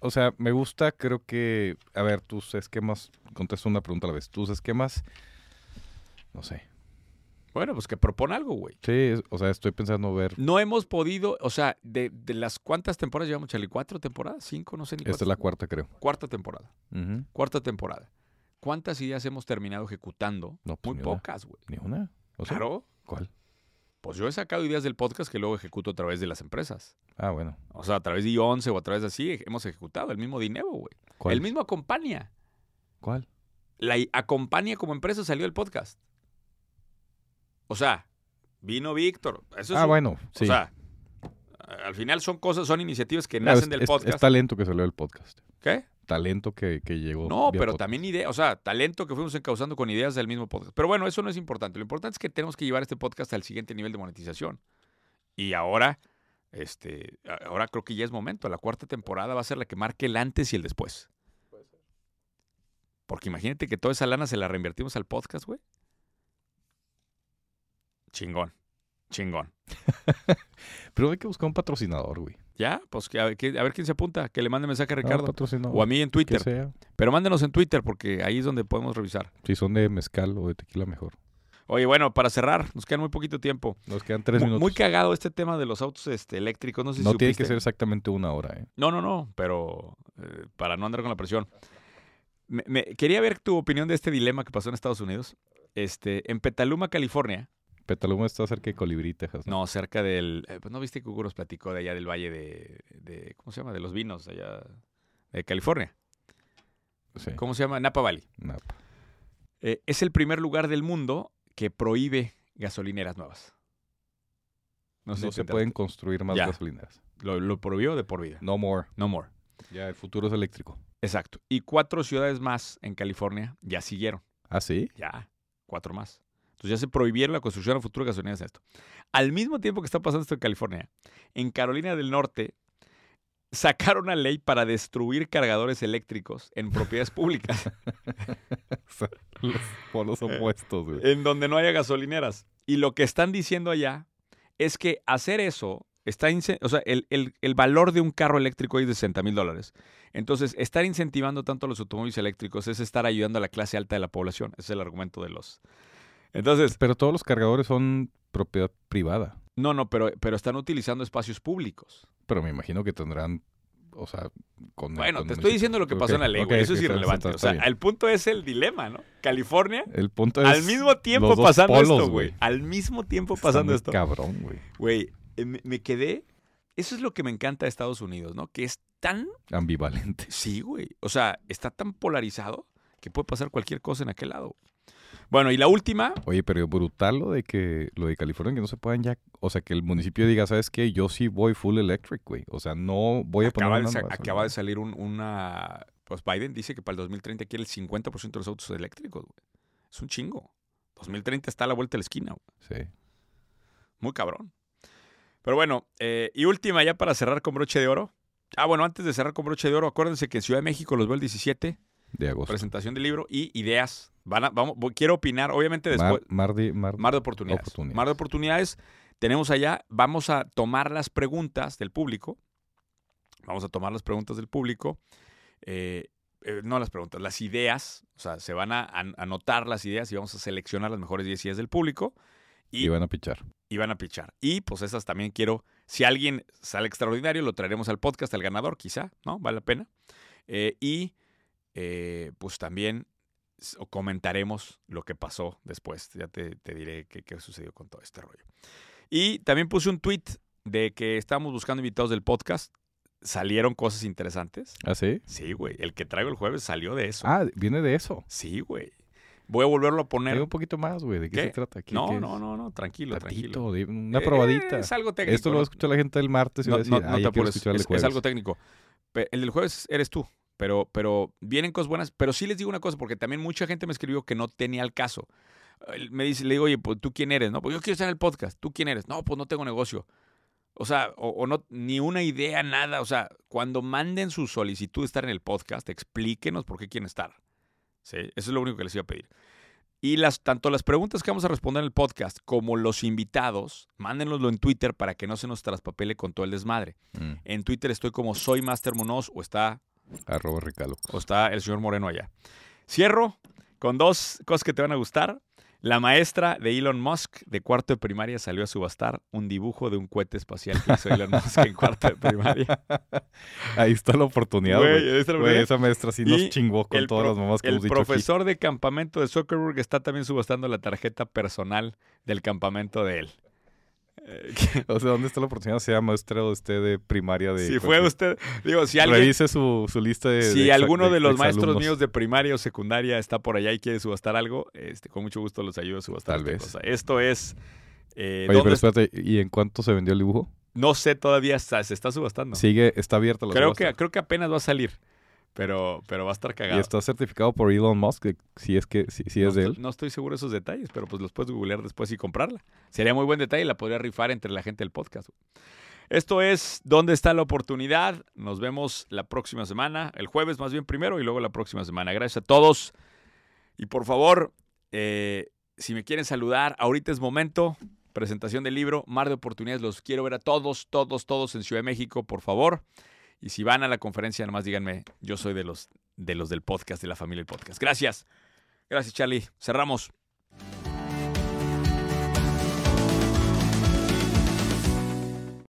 [SPEAKER 2] O sea, me gusta, creo que, a ver, tus esquemas, contesto una pregunta a la vez, tus esquemas, no sé.
[SPEAKER 1] Bueno, pues que propone algo, güey.
[SPEAKER 2] Sí, es- o sea, estoy pensando ver,
[SPEAKER 1] No hemos podido, o sea, de, de las cuántas temporadas llevamos, Charlie, cuatro temporadas, cinco, no sé ni
[SPEAKER 2] esta es
[SPEAKER 1] cuántas.
[SPEAKER 2] la cuarta, creo.
[SPEAKER 1] Cuarta temporada.
[SPEAKER 2] Ujú.
[SPEAKER 1] Cuarta temporada. ¿Cuántas ideas hemos terminado ejecutando?
[SPEAKER 2] No, pues,
[SPEAKER 1] Muy
[SPEAKER 2] ni una.
[SPEAKER 1] pocas, güey.
[SPEAKER 2] Ni una. O sea,
[SPEAKER 1] Claro.
[SPEAKER 2] ¿Cuál?
[SPEAKER 1] Pues yo he sacado ideas del podcast que luego ejecuto a través de las empresas.
[SPEAKER 2] Ah, bueno.
[SPEAKER 1] O sea, a través de I11 o a través de así, ej- hemos ejecutado el mismo dinero, güey.
[SPEAKER 2] ¿Cuál?
[SPEAKER 1] El mismo Acompaña.
[SPEAKER 2] ¿Cuál?
[SPEAKER 1] La i- Acompaña como empresa salió el podcast. O sea, vino Víctor. Eso es
[SPEAKER 2] ah,
[SPEAKER 1] un-
[SPEAKER 2] bueno, sí.
[SPEAKER 1] O sea, a- al final son cosas, son iniciativas que
[SPEAKER 2] Claro,
[SPEAKER 1] nacen
[SPEAKER 2] Ah, es-
[SPEAKER 1] del
[SPEAKER 2] es-
[SPEAKER 1] podcast.
[SPEAKER 2] Es talento que salió del podcast.
[SPEAKER 1] ¿Qué?
[SPEAKER 2] Talento que, que llegó.
[SPEAKER 1] No,
[SPEAKER 2] vía
[SPEAKER 1] pero
[SPEAKER 2] podcast.
[SPEAKER 1] también ideas, o sea, talento que fuimos encauzando con ideas del mismo podcast. Pero bueno, eso no es importante. Lo importante es que tenemos que llevar este podcast al siguiente nivel de monetización. Y ahora, este, a- ahora creo que ya es momento. La cuarta temporada va a ser la que marque el antes y el después. Porque imagínate que toda esa lana se la reinvertimos al podcast, güey. Chingón, chingón.
[SPEAKER 2] Pero hay que buscar un patrocinador, güey.
[SPEAKER 1] Ya, pues que a, ver, que- a ver quién se apunta, que le mande mensaje a
[SPEAKER 2] Ah, un
[SPEAKER 1] Ricardo.
[SPEAKER 2] patrocinador.
[SPEAKER 1] o a mí en
[SPEAKER 2] Que
[SPEAKER 1] Twitter.
[SPEAKER 2] sea.
[SPEAKER 1] Pero mándenos en Twitter porque ahí es donde podemos revisar.
[SPEAKER 2] Si son de mezcal o de tequila, mejor.
[SPEAKER 1] Oye, bueno, para cerrar, nos queda muy poquito tiempo.
[SPEAKER 2] Nos quedan tres
[SPEAKER 1] Mu-
[SPEAKER 2] minutos.
[SPEAKER 1] Muy cagado este tema de los autos este, eléctricos. No sé si
[SPEAKER 2] no tiene
[SPEAKER 1] supiste.
[SPEAKER 2] que ser exactamente una hora, ¿eh?
[SPEAKER 1] No, no, no, pero eh, para no andar con la presión. Me- me- quería ver tu opinión de este dilema que pasó en Estados Unidos. Este, en Petaluma, California,
[SPEAKER 2] Petaluma está cerca de Colibrí, Texas. ¿no?
[SPEAKER 1] no, cerca del. eh, pues no viste que Hugo nos platicó de allá del valle de, de- ¿Cómo se llama? De los vinos, allá de California.
[SPEAKER 2] Sí,
[SPEAKER 1] ¿Cómo se llama? Napa Valley.
[SPEAKER 2] Napa.
[SPEAKER 1] Eh, es el primer lugar del mundo que prohíbe gasolineras nuevas.
[SPEAKER 2] No,
[SPEAKER 1] sé si te
[SPEAKER 2] se
[SPEAKER 1] enteraste.
[SPEAKER 2] pueden construir más
[SPEAKER 1] Ya.
[SPEAKER 2] gasolineras.
[SPEAKER 1] Lo, lo prohibió de por vida.
[SPEAKER 2] No more.
[SPEAKER 1] No more.
[SPEAKER 2] Ya, el futuro es eléctrico.
[SPEAKER 1] Exacto. Y cuatro ciudades más en California ya siguieron.
[SPEAKER 2] ¿Ah, sí?
[SPEAKER 1] Ya, cuatro más. Entonces ya se prohibieron la construcción a futuro de gasolineras en esto. Al mismo tiempo que está pasando esto en California, en Carolina del Norte sacaron una ley para destruir cargadores eléctricos en propiedades públicas,
[SPEAKER 2] Los [laughs] polos opuestos, güey.
[SPEAKER 1] en donde no haya gasolineras. Y lo que están diciendo allá es que hacer eso está... ince- O sea, el, el- el valor de un carro eléctrico es de 60 mil dólares. Entonces, estar incentivando tanto a los automóviles eléctricos es estar ayudando a la clase alta de la población. Ese es el argumento de los... Entonces,
[SPEAKER 2] Pero todos los cargadores son propiedad privada.
[SPEAKER 1] No, no, pero, pero están utilizando espacios públicos.
[SPEAKER 2] Pero me imagino que tendrán, o sea, con...
[SPEAKER 1] Bueno,
[SPEAKER 2] con
[SPEAKER 1] te estoy
[SPEAKER 2] municipios.
[SPEAKER 1] diciendo lo que pasó
[SPEAKER 2] pues Ok,
[SPEAKER 1] en la ley,
[SPEAKER 2] ok,
[SPEAKER 1] güey. Eso
[SPEAKER 2] ok,
[SPEAKER 1] es
[SPEAKER 2] está-
[SPEAKER 1] irrelevante.
[SPEAKER 2] está-
[SPEAKER 1] o sea,
[SPEAKER 2] está bien.
[SPEAKER 1] el punto es el dilema, ¿no? California,
[SPEAKER 2] El punto es...
[SPEAKER 1] al mismo tiempo
[SPEAKER 2] los dos
[SPEAKER 1] pasando
[SPEAKER 2] polos,
[SPEAKER 1] esto, güey. Al mismo tiempo
[SPEAKER 2] Está
[SPEAKER 1] pasando
[SPEAKER 2] muy
[SPEAKER 1] esto.
[SPEAKER 2] Cabrón, güey.
[SPEAKER 1] Güey, eh, me, me quedé. Eso es lo que me encanta de Estados Unidos, ¿no? Que es tan.
[SPEAKER 2] Ambivalente. [laughs]
[SPEAKER 1] Sí, güey. O sea, está tan polarizado que puede pasar cualquier cosa en aquel lado. Bueno, y la última.
[SPEAKER 2] Oye, pero brutal lo de que lo de California que no se puedan ya, o sea, que el municipio diga, ¿sabes qué? Yo sí voy full electric, güey. O sea, no voy a
[SPEAKER 1] Acaba
[SPEAKER 2] poner
[SPEAKER 1] de,
[SPEAKER 2] una
[SPEAKER 1] sa-
[SPEAKER 2] nueva
[SPEAKER 1] acaba de
[SPEAKER 2] gasolina.
[SPEAKER 1] salir un- una. Pues Biden dice que para el 2030 quiere el 50% de los autos eléctricos, güey. Es un chingo. 2030 está a la vuelta de la esquina, güey.
[SPEAKER 2] Sí.
[SPEAKER 1] Muy cabrón. Pero bueno, eh, y última ya para cerrar con broche de oro. Ah, bueno, antes de cerrar con broche de oro, acuérdense que en Ciudad de México los veo el 17,
[SPEAKER 2] De agosto.
[SPEAKER 1] presentación del libro y ideas. Van a- vamos, voy- quiero opinar, obviamente después.
[SPEAKER 2] Mar, mar de, mar-
[SPEAKER 1] Mar de oportunidades.
[SPEAKER 2] Oportunidades.
[SPEAKER 1] Mar de oportunidades. Tenemos allá, vamos a tomar las preguntas del público. Vamos a tomar las preguntas del público. Eh, eh, no las preguntas, las ideas. O sea, se van a an- anotar las ideas y vamos a seleccionar las mejores 10 ideas del público.
[SPEAKER 2] y
[SPEAKER 1] Y,
[SPEAKER 2] van a pichar.
[SPEAKER 1] y van a pichar. Y pues esas también quiero. Si alguien sale extraordinario, lo traeremos al podcast, al ganador, quizá, ¿no? Vale la pena. Eh, y eh, pues también s- o comentaremos lo que pasó después. Ya te, te diré qué, qué sucedió con todo este rollo. Y también puse un tweet de que estábamos buscando invitados del podcast. Salieron cosas interesantes.
[SPEAKER 2] ¿Ah, sí?
[SPEAKER 1] Sí, güey. El que traigo el jueves salió de eso.
[SPEAKER 2] Ah, viene de eso.
[SPEAKER 1] Sí, güey. Voy a volverlo a poner.
[SPEAKER 2] Dime un poquito más, güey. ¿De qué,
[SPEAKER 1] ¿Qué?
[SPEAKER 2] se trata? ¿Qué-
[SPEAKER 1] no,
[SPEAKER 2] qué es?
[SPEAKER 1] no, no, no. Tranquilo, tranquilo.
[SPEAKER 2] Tantito, di- una
[SPEAKER 1] Eh,
[SPEAKER 2] probadita.
[SPEAKER 1] es algo técnico.
[SPEAKER 2] Esto lo va a
[SPEAKER 1] ¿no?
[SPEAKER 2] escuchar la gente del martes y
[SPEAKER 1] No,
[SPEAKER 2] va a decir,
[SPEAKER 1] no-
[SPEAKER 2] ah,
[SPEAKER 1] no
[SPEAKER 2] ya
[SPEAKER 1] te
[SPEAKER 2] quiero
[SPEAKER 1] apures,
[SPEAKER 2] escuchar el
[SPEAKER 1] es, es
[SPEAKER 2] jueves".
[SPEAKER 1] algo técnico. Pe- El del jueves eres tú, pero, pero vienen cosas buenas. Pero sí les digo una cosa, porque también mucha gente me escribió que no tenía el caso. Eh, Me dice, le digo, oye, pues tú quién eres, ¿no? Pues yo quiero estar en el podcast, ¿tú quién eres? No, pues no tengo negocio. O sea, o, o no, ni una idea, nada. O sea, cuando manden su solicitud de estar en el podcast, explíquenos por qué quieren estar. ¿Sí? Eso es lo único que les iba a pedir. Y las, tanto las preguntas que vamos a responder en el podcast como los invitados, mándenloslo en Twitter para que no se nos traspapele con todo el desmadre.
[SPEAKER 2] Mm,
[SPEAKER 1] En Twitter estoy como soy Master Munoz o está,
[SPEAKER 2] arroba
[SPEAKER 1] [laughs]
[SPEAKER 2] recalo.
[SPEAKER 1] o está el señor Moreno allá. Cierro con dos cosas que te van a gustar. La maestra de Elon Musk de cuarto de primaria salió a subastar un dibujo de un cohete espacial que hizo Elon Musk en cuarto de primaria.
[SPEAKER 2] [laughs] Ahí está la oportunidad,
[SPEAKER 1] Güey,
[SPEAKER 2] güey.
[SPEAKER 1] ¿es la
[SPEAKER 2] Güey,
[SPEAKER 1] verdad?
[SPEAKER 2] esa maestra sí nos
[SPEAKER 1] Y
[SPEAKER 2] chingó con
[SPEAKER 1] el
[SPEAKER 2] todas
[SPEAKER 1] pro-
[SPEAKER 2] las mamás que
[SPEAKER 1] el
[SPEAKER 2] hemos dicho aquí.
[SPEAKER 1] profesor de campamento de Zuckerberg está también subastando la tarjeta personal del campamento de él. Eh, [laughs] que-
[SPEAKER 2] O sea, ¿dónde está la oportunidad? Sea maestra usted de primaria de...
[SPEAKER 1] si fue usted, digo, si alguien,
[SPEAKER 2] Revise su, su lista de...
[SPEAKER 1] Si
[SPEAKER 2] de exa-
[SPEAKER 1] alguno de, los maestros
[SPEAKER 2] exalumnos.
[SPEAKER 1] míos de primaria o secundaria está por allá y quiere subastar algo, este, con mucho gusto los ayudo a subastar.
[SPEAKER 2] Tal
[SPEAKER 1] esta
[SPEAKER 2] vez.
[SPEAKER 1] cosa. Esto es. eh,
[SPEAKER 2] Oye,
[SPEAKER 1] ¿dónde
[SPEAKER 2] pero
[SPEAKER 1] está?
[SPEAKER 2] espérate, ¿y en cuánto se vendió el dibujo?
[SPEAKER 1] No sé todavía, está- se está subastando.
[SPEAKER 2] Sigue, está abierta la
[SPEAKER 1] creo,
[SPEAKER 2] subasta.
[SPEAKER 1] que, creo que apenas va a salir, pero, pero va a estar cagado.
[SPEAKER 2] Y está certificado por Elon Musk, que si es que si, si
[SPEAKER 1] no,
[SPEAKER 2] es de
[SPEAKER 1] estoy-
[SPEAKER 2] él.
[SPEAKER 1] no estoy seguro de esos detalles, pero pues los puedes googlear después y comprarla. Sería muy buen detalle, la podría rifar entre la gente del podcast. Esto es ¿Dónde está la oportunidad? Nos vemos la próxima semana, el jueves más bien primero y luego la próxima semana. Gracias a todos. Y por favor, eh, si me quieren saludar, ahorita es momento. Presentación del libro, Mar de Oportunidades. Los quiero ver a todos, todos, todos en Ciudad de México, por favor. Y si van a la conferencia, nomás díganme, yo soy de los, de los del podcast, de la familia del podcast. Gracias. Gracias, Charlie. Cerramos.